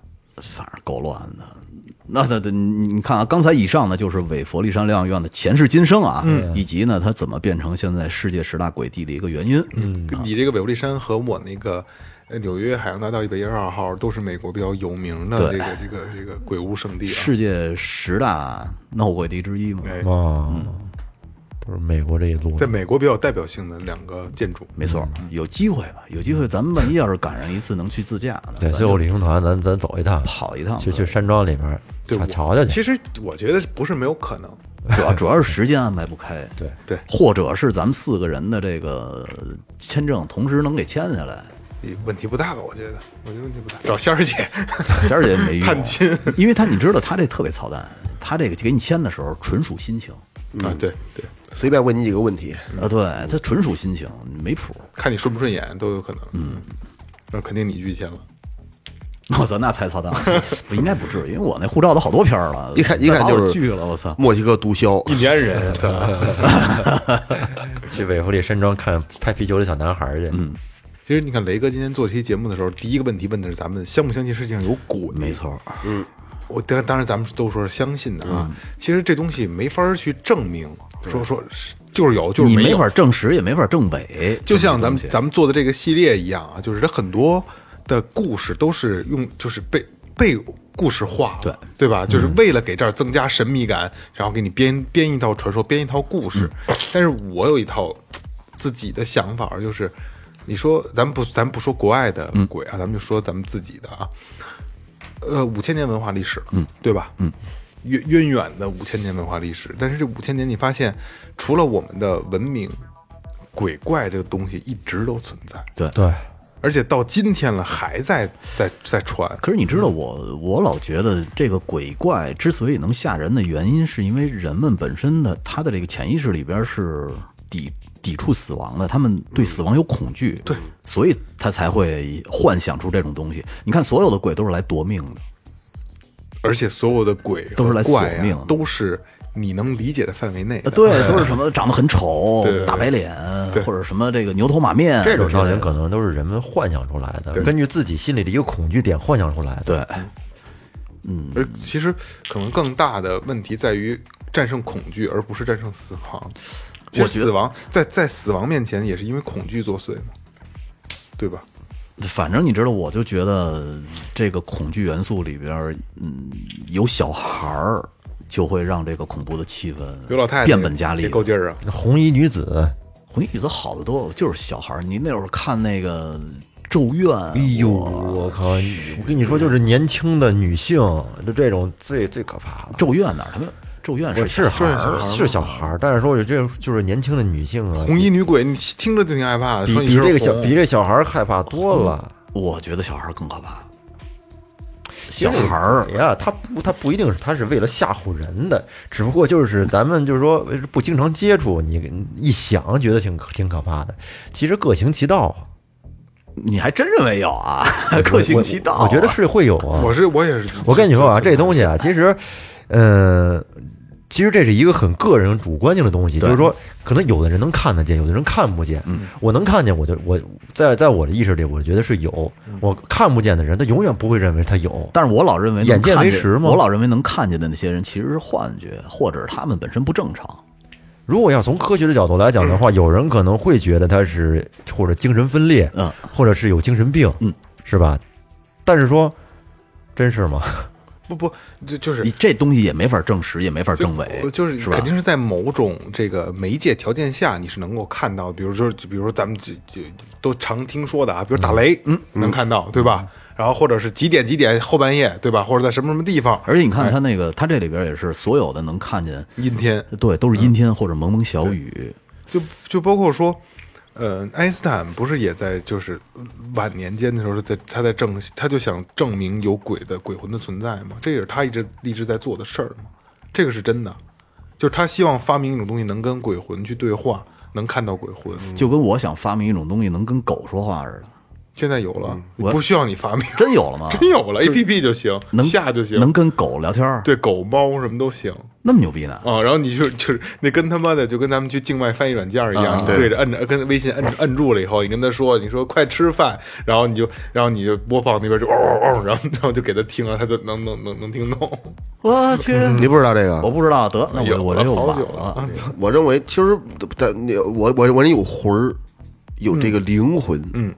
反正够乱的。那那那你看啊，刚才以上呢就是韦佛利山疗养院的前世今生啊，嗯以及呢它怎么变成现在世界十大鬼地的一个原因。嗯，你这个韦弗利山和我那个呃纽约海洋大道一百一十二号都是美国比较有名的这对个这个这个鬼屋圣地啊。世界十大闹鬼地之一嘛。哎哦，嗯都是美国这一路在美国比较有代表性的两个建筑，没错，有机会吧？有机会，咱们万一要是赶上一次能去自驾，那对，咱最后旅行团咱咱走一趟，跑一趟去去山庄里面对瞧我瞧瞧去。其实我觉得不是没有可能，主要主要是时间安排不开，对对或者是咱们四个人的这个签证同时能给签下来，问题不大吧？我觉得，我觉得问题不大。找仙儿姐，仙儿姐没用，啊探亲因为他你知道他这特别操蛋，他这个给你签的时候纯属心情，啊，对对，随便问你几个问题，啊，对他纯属心情，没谱。 看你顺不顺眼都有可能。嗯，那肯定你拒签了。我操，那太操蛋 了，不应该不至于，因为我那护照都好多篇儿了，一看一看再把就我是拒了，我操，墨西哥毒枭，印第安人，去北弗利山庄看拍啤酒的小男孩去。嗯， 其实你看雷哥今天做这期节目的时候，第一个问题问的是咱们相不相信世界上有鬼？没错儿，我当当然咱们都说是相信的嗯啊，其实这东西没法儿去证明，说说是就是有就是你没没有法证实，也没法证伪，就像咱们这东西咱们做的这个系列一样啊，就是它很多的故事都是用就是被被故事化了，对对嗯吧？就是为了给这儿增加神秘感，然后给你编编一套传说，编一套故事。但是我有一套嘖自己的想法，就是你说咱们不咱们不说国外的鬼啊，咱们就说咱们自己的啊，呃，五千年文化历史了，嗯，对吧？嗯。渊渊远的五千年文化历史，但是这五千年，你发现除了我们的文明，鬼怪这个东西一直都存在，对，而且到今天了还在在在传。可是你知道我，我老觉得这个鬼怪之所以能吓人的原因，是因为人们本身的他的这个潜意识里边是抵抵触死亡的，他们对死亡有恐嗯惧，对，所以他才会幻想出这种东西。你看，所有的鬼都是来夺命的，而且所有的鬼和都是来索怪呀命的都是你能理解的范围内的。呃对，都是什么长得很丑对对对、大白脸对，或者什么这个牛头马面这种之类场的景可能都是人们幻想出来的，根据自己心里的一个恐惧点幻想出来的。，对，而其实可能更大的问题在于战胜恐惧，而不是战胜死亡。其实我觉得死亡在在死亡面前也是因为恐惧作祟嘛，对吧？反正你知道，我就觉得这个恐惧元素里边儿，嗯，有小孩儿就会让这个恐怖的气氛刘老太太变本加厉也。够劲儿啊！红衣女子，红衣女子好得多，就是小孩儿。你那会儿看那个《咒怨》，哎呦，我靠！我跟你说，就是年轻的女性，就这种最最可怕了《咒怨》哪儿？他们《咒怨》不是是小孩孩儿儿，是小孩儿，但是说有这就是年轻的女性啊，红衣女鬼，你听着就挺害怕的。比说你比是这个小红比这小孩儿害怕多了。我觉得小孩儿更可怕。小孩儿鬼哎呀，他不，他不一定是，他是为了吓唬人的，只不过就是 咱们就是说不经常接触，你一想觉得挺可挺可怕的，其实各行其道啊，你还真认为有啊？ 各行其道啊、我觉得是会有啊。我是我也是，我跟你说啊，这东西啊，其实，呃，其实这是一个很个人主观性的东西，就是说，可能有的人能看得见，有的人看不嗯见。我能看见，我就我在在我的意识里，我觉得是有；嗯我看不见的人，他永远不会认为他有。但是我老认为能眼见看为见实吗我老认为能看见的那些人其实是幻觉，或者他们本身不正常。如果要从科学的角度来讲的话，有人可能会觉得他是或者精神分裂，嗯，或者是有精神病，嗯，是吧？但是说，真是 吗？不不，就就是你这东西也没法证实，也没法证伪就，就是是吧肯定是在某种这个媒介条件下，你是能够看到，比如说，比如说咱们就就都常听说的啊，比如打雷，嗯，能看到，对吧？然后或者是几点几点后半夜，对吧？或者在什么什么地方，而且你看他那个，他这里边也是所有的能看见，阴天，对，都是嗯阴天或者蒙蒙小雨。就就包括说，呃，爱因斯坦不是也在就是晚年间的时候在，他在证，他就想证明有鬼的鬼魂的存在嘛，这也是他一直一直在做的事儿嘛，这个是真的，就是他希望发明一种东西能跟鬼魂去对话，能看到鬼魂。就跟我想发明一种东西能跟狗说话似的，现在有了，嗯我不需要你发明， 真有了吗？真有了，A P P 就行，能下就行，能跟狗聊天儿，对狗猫什么都行那么牛逼呢？啊。然后你就就是那跟他妈的就跟咱们去境外翻译软件一啊样，你对着摁着跟微信摁摁住了以后，你跟他说，你说快吃饭，然后你就然后你就播放那边就嗷嗷嗷，然后然后就给他听了，他就能能能能听懂。我去，你不知道这个？我不知道，得，那有我我了这又哎好晚啊久了，我认为其实但你我我我人有魂儿，有这个灵魂，嗯，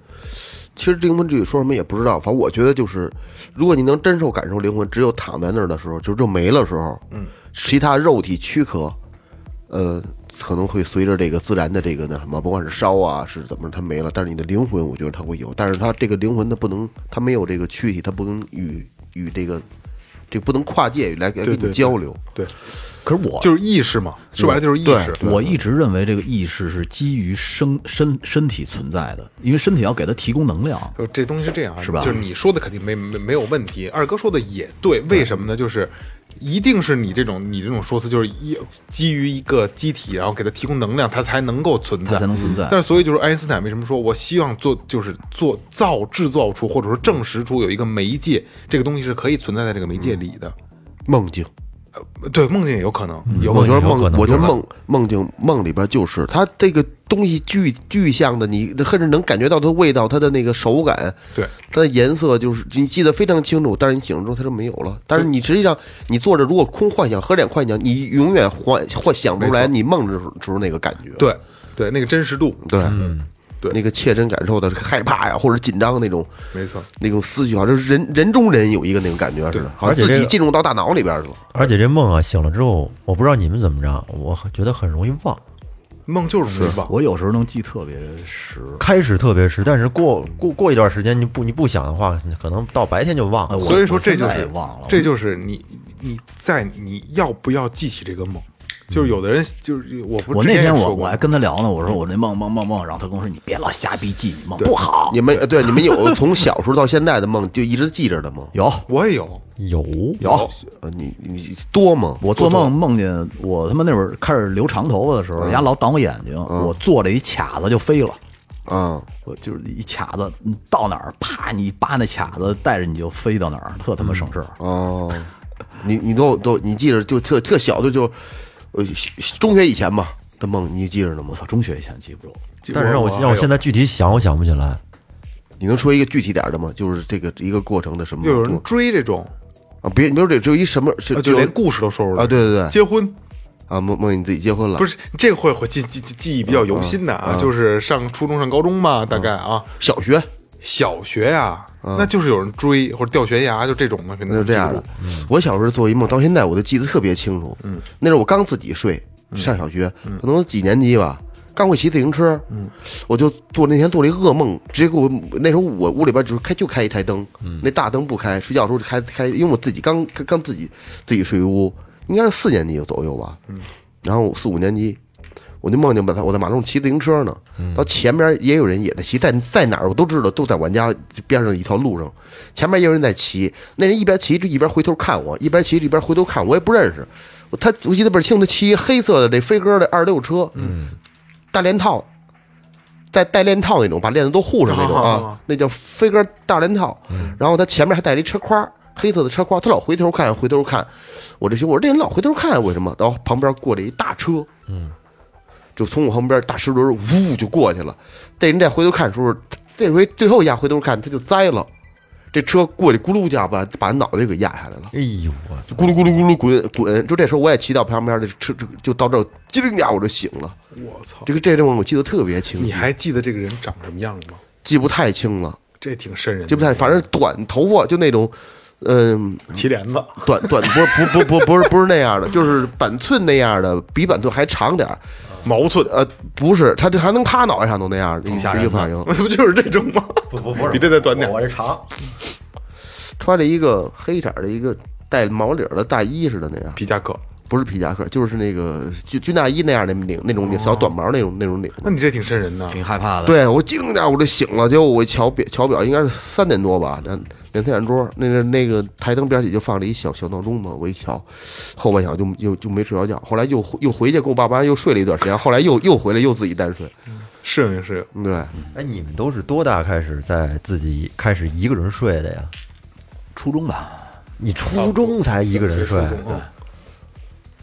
其实灵魂至于说什么也不知道，反正我觉得就是，如果你能真受感受灵魂，只有躺在那儿的时候，就是就没了的时候，嗯，其他肉体躯壳，呃，可能会随着这个自然的这个那什么，不管是烧啊是怎么，它没了，但是你的灵魂，我觉得它会有，但是它这个灵魂它不能，它没有这个躯体，它不能与与这个。这不能跨界来来对跟对你交流。对，可是我就是意识嘛，说白了就是意识。我一直认为这个意识是基于生身身体存在的，因为身体要给它提供能量。就这东西是这样啊，是吧就是你说的肯定没没没有问题，二哥说的也对，为什么呢？就是一定是你这种你这种说辞，就是一基于一个机体，然后给它提供能量，它才能够存在，它才能存在嗯但是所以就是爱因斯坦为什么说我希望做就是做造制造出或者说证实出有一个媒介，这个东西是可以存在在这个媒介里的。梦境，对，梦境也有可能，有可我能觉得有可梦，能我觉得有可梦梦境梦里边就是它这个东西具具象的，你甚至能感觉到它的味道，它的那个手感，对，它的颜色，就是你记得非常清楚。但是你醒了之后它就没有了。但是你实际上你坐着如果空幻想、合脸幻想，你永远幻幻想不出来你梦的时候时候那个感觉。对对，那个真实度，对，嗯对那个切身感受的害怕呀，或者紧张的那种没错。那种思绪，好啊像就是人人中人有一个那种感觉似的，好而且像自这己个进入到大脑里边去了。而且这梦啊，醒了之后，我不知道你们怎么着，我觉得很容易忘，梦就是容易忘，我有时候能记特别实，开始特别实，但是过过过一段时间，你不你不想的话，你可能到白天就忘哎了。我所以说我这现就在也是忘了，这就是你你在你要不要记起这个梦，就是有的人就是我不我之那前也天说我过我还跟他聊呢，我说我那梦梦梦梦，然后他跟我说你别老瞎逼记，你梦不好。你们呃对你 们有从小时候到现在的梦就一直记着的吗？有我也有嗯有有，呃，你你多吗？哦我做梦梦见我他妈那会儿开始留长头发的时候，人家老挡我眼睛，我做了一卡子就飞了。啊，我就是一卡子，你到哪儿啪，你扒那卡子带着你就飞到哪儿，特他妈省事儿。哦， 你你都都你记着，就特特小的就，呃，中学以前吧的梦，你记着呢吗我？操，中学以前记不住，但是让我还有让我现在具体想，我想不起来。你能说一个具体点的吗？就是这个一个过程的什么就有梦人追这种，啊？别，你说这只有一什么是呃就连故事都说出来啊？对对对，结婚啊，梦梦见你自己结婚了，不是是这个会会记记记记忆比较犹新的啊，就是上初中上高中嘛，大概啊，小学，小学呀，那就是有人追或者掉悬崖，就这种的肯定那就这样记的不住。我小时候做一梦，到现在我都记得特别清楚。嗯，那时候我刚自己睡，上小学，可能几年级吧，刚会骑自行车。嗯，我就做那天做了一噩梦，直接给我那时候我屋里边就是开就开一台灯，那大灯不开，睡觉的时候就开开，因为我自己刚刚刚自己自己睡屋，应该是四年级左右吧。嗯，然后四五年级。我就梦见把他，我在马路上骑自行车呢，到前边也有人也在骑，在在哪儿我都知道，都在我家边上一条路上，前面也有人在骑，那人一边骑着一边回头看我，一边骑着一边回头看我，我也不认识，我他我记得倍儿清，他骑黑色的这飞鸽的二六车，嗯，大链套，带带链套那种，把链子都护上那种啊，那叫飞鸽大链套，然后他前面还带了一车筐。黑色的车筐，他老回头看，回头看，我这心我说这人老回头看，为什么？然后旁边过来一大车，就从我旁边大石轮呜就过去了。这人再回头看的时候，这回最后一下回头看，他就栽了。这车过去咕噜一下把把脑袋给压下来了，哎呦我操！咕噜咕噜咕噜滚滚。就这时候我也骑到旁边的车，就就到这儿，叽灵一下我就醒了。我操，这个这地方我记得特别清楚，你还记得这个人长什么样吗？记不太清了，这挺瘆人的，记不太，反正嗯短头发就那种，嗯、祁连子，短短不不不不不是不是那样的，就是板寸那样的，比板寸还长点儿。毛寸，呃，不是，他这还能趴脑袋上都那样的，哦一个反应。 那不就是这种吗？不不不比这再短点，这长，穿着一个黑色儿的一个带毛领儿的大衣似的那样，皮夹克。不是皮夹克，就是那个军军大衣那样的领，那种领小短毛那种那种领。那你这挺瘆人的，挺害怕的。对我激灵一下我就醒了，结果我一瞧表瞧表应该是三点多吧，两两三点钟，那个那个台灯边儿也就放了一小小闹钟嘛，我一瞧，后半宿就就就没睡着觉，后来又回又回去跟我爸妈又睡了一段时间，后来又又回来又自己单睡，适应适应。嗯对，哎，你们都是多大开始在自己开始一个人睡的呀？初中吧，你初中才一个人睡，啊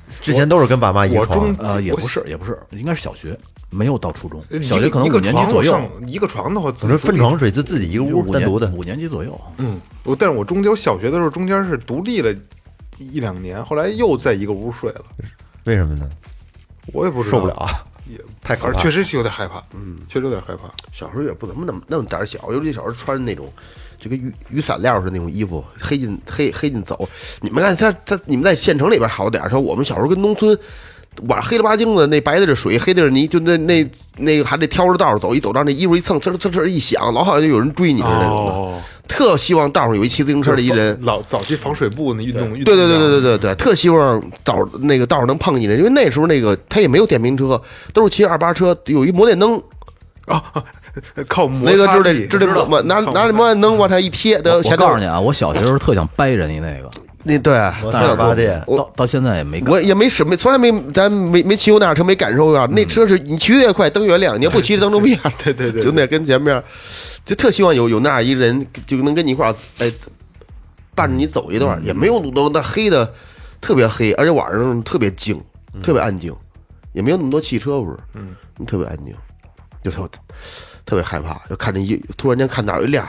之前都是跟爸妈一个我呃床中。呃，也不是，也不是，应该是小学，没有到初中，小学可嗯能一五个年床级左右，上一个床的话，我说分床睡，自自己一个就屋五单年独的，五年级左右。嗯，我但是我中间我小学的时候中间是独立了一两年，后来又在一个屋睡了，为什么呢？我也不知道受不了，啊，也太可反怕正确实是有点害怕，嗯，确实有点害怕。小时候也不怎么那么那么胆儿小，尤其小时候穿那种就跟雨雨伞料似的那种衣服，黑进黑黑进走。你们看他他你们在县城里边好点儿，像我们小时候跟农村碗黑了吧唧的，那白的是水，黑的是泥，就那那那个还得挑着道儿走，一走到那衣服一蹭，呲呲呲呲一响，老好像就有人追你似的那种的。哦特希望道上有一骑自行车的一人，老早期防水布那运动运动对对对对对对对，特希望道儿那个道上能碰见人，因为那时候那个他也没有电瓶车，都是骑二八车，有一摩电灯，对，靠摩雷哥擦知道力知道摩拿拿那摩电灯往上一贴，得我呃前告头诉你啊，我小学时候特想掰人一那个，那对，啊但是八戒我到到现在也没敢。我也没什么，从来没咱没没骑过那辆车，没感受过。啊嗯那车是你骑越快，灯越亮；你要不骑，这灯都灭了。 对对对对就那跟前面，就特希望有有那样一人，就能跟你一块儿，哎，伴着你走一段。也没有路灯，那黑的特别黑，而且晚上特别静，特别安静，也没有那么多汽车，不是？嗯，特别安静，就特特别害怕，就看着一突然间看哪儿有一亮，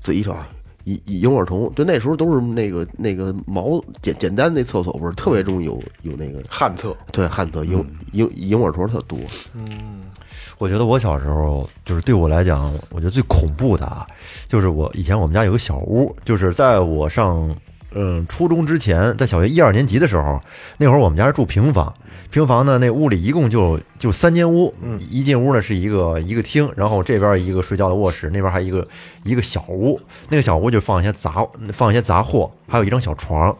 仔细一瞅啊，一一萤火虫，就那时候都是那个那个毛简简单那厕所不是特别容易有有那个旱厕，对旱厕萤萤萤火虫特多，我觉得我小时候就是对我来讲，我觉得最恐怖的啊，就是我以前我们家有个小屋，就是在我上嗯初中之前，在小学一二年级的时候，那会儿我们家是住平房，平房呢那屋里一共就就三间屋，嗯一进屋呢是一个一个厅，然后这边一个睡觉的卧室，那边还一个一个小屋，那个小屋就放一些杂放一些杂货，还有一张小床。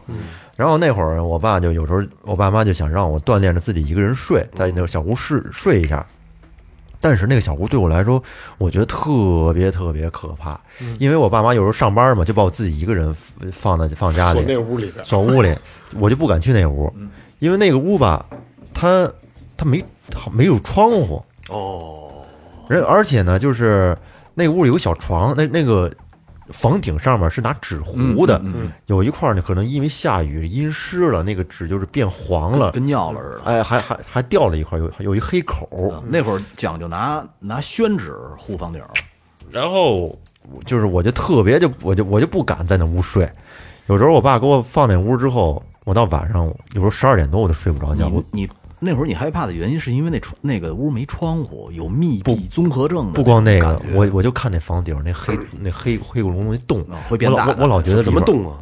然后那会儿，我爸就有时候，我爸妈就想让我锻炼着自己一个人睡，在那个小屋睡睡一下。但是那个小屋对我来说，我觉得特别特别可怕，嗯因为我爸妈有时候上班嘛，就把我自己一个人放在放家锁里，那屋里边，嗯小 屋里，我就不敢去那屋，因为那个屋吧，它它没它没有窗户哦，人而且呢，就是那个屋里有个小床，那那个房顶上面是拿纸嗯糊的，嗯有一块儿呢，可能因为下雨阴湿了，那个纸就是变黄了，跟嗯尿了似的。哎，还还还掉了一块，有有一黑口儿，那会儿讲究拿拿宣纸糊房顶儿，然后我就是我就特别就我就我就不敢在那屋睡，有时候我爸给我放那屋之后。我到晚上，有时候十二点多我都睡不着觉，我你你那会儿你害怕的原因是因为那窗那个屋没窗户，有密闭综合症的种感觉。不光那个，我我就看那房顶儿那黑那黑黑咕隆咚那洞啊会变我老大的我我老觉得什么洞洞啊？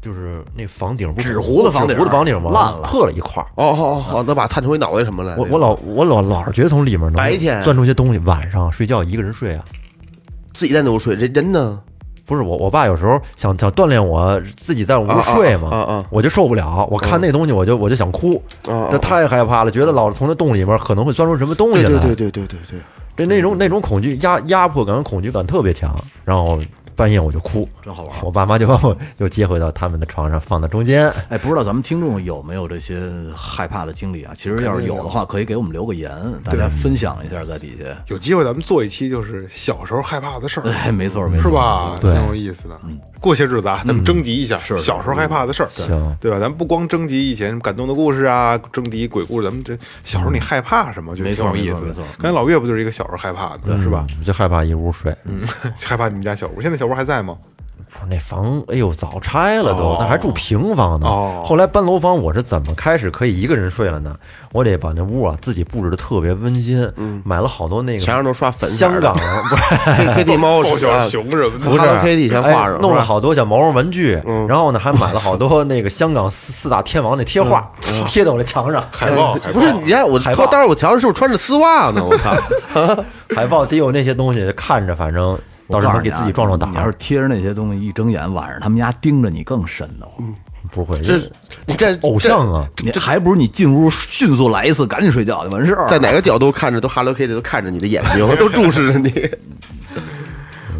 就是那房顶儿不纸糊的房顶纸儿糊的房顶儿嘛，烂了破了一块儿。哦哦哦，那把探出一脑袋什么来？我我老我老老是觉得从里面能白天钻出些东西，晚上睡觉一个人睡啊。自己在那屋睡，人人呢？不是我，我爸有时候想想锻炼我自己在屋睡嘛，啊啊啊嗯啊我就受不了，我看那东西我就我就想哭，这、太害怕了，觉得老是从那洞里面可能会钻出什么东西对来，对对对对对对，对那种那种恐惧压压迫感、恐惧感特别强，然后半夜我就哭，真好玩。我爸妈就把我又接回到他们的床上，放到中间。哎，不知道咱们听众有没有这些害怕的经历啊？其实要是有的话，可以给我们留个言，大家分享一下在底下。有机会咱们做一期就是小时候害怕 的事儿，哎，没错，没错，嗯是？吧？挺对有意思的。过些日子啊，咱们征集一下小时候害怕的事儿，行对吧？咱们不光征集以前感动的故事啊，征集鬼故事，咱们这小时候你害怕什么，就没挺有错意思没的错没错。刚才老岳不就是一个小时候害怕的，是吧？ 嗯？我就害怕一屋睡，嗯，害怕你们家小屋，现在小屋还在吗？不是那房，哎呦，早拆了都哦，那还住平房呢哦。后来搬楼房，我是怎么开始可以一个人睡了呢？我得把那屋啊自己布置的特别温馨，买了好多那个墙上都刷粉色香的港不是 黑黑地猫抱是吧小熊什么的不是 Hello Kitty 全画上哎是吧弄了好多小毛绒文具，然后呢还买了好多那个香港四四大天王那贴画，贴在我的墙上。海报，海不是报你让我海偷报当时我瞧着是不是穿着丝袜呢？我操！ 海报得有那些东西，看着反正我到时候告能诉给你啊自己壮壮胆你要是儿。贴着那些东西一睁眼，晚上他们家盯着你更瘆得嗯慌。不会，这你这偶像啊！你还不如你进屋迅速来一次，赶紧睡觉就完事儿。在哪个角度看着都 Hello Kitty 都看着你的眼睛，都注视着你。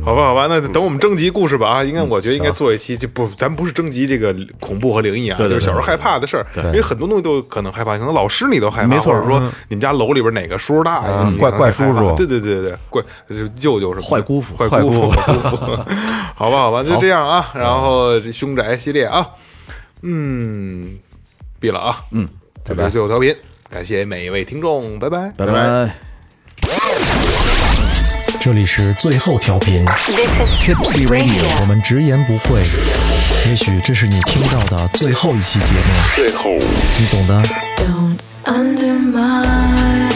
好吧，好吧，那等我们征集故事吧啊！应该我觉得应该做一期，就不，咱不是征集这个恐怖和灵异啊，对对就是小时候害怕的事儿，因为很多东西都可能害怕，可能老师你都害怕，没错或者说你们家楼里边哪个叔叔大爷，嗯你可能怪怪害叔怕叔对对对对，怪就是舅舅什么的坏姑父坏姑父，坏姑父好吧，好吧，就这样啊。然后这凶宅系列啊，嗯，闭了啊，嗯，这就是最后调频，感谢每一位听众，拜拜。拜拜。这里是最后调频 This is Tipsy Radio，我 Radio. 们直言不讳。也许这是你听到的最后一期节目，最后，你懂的。 Don't undermine.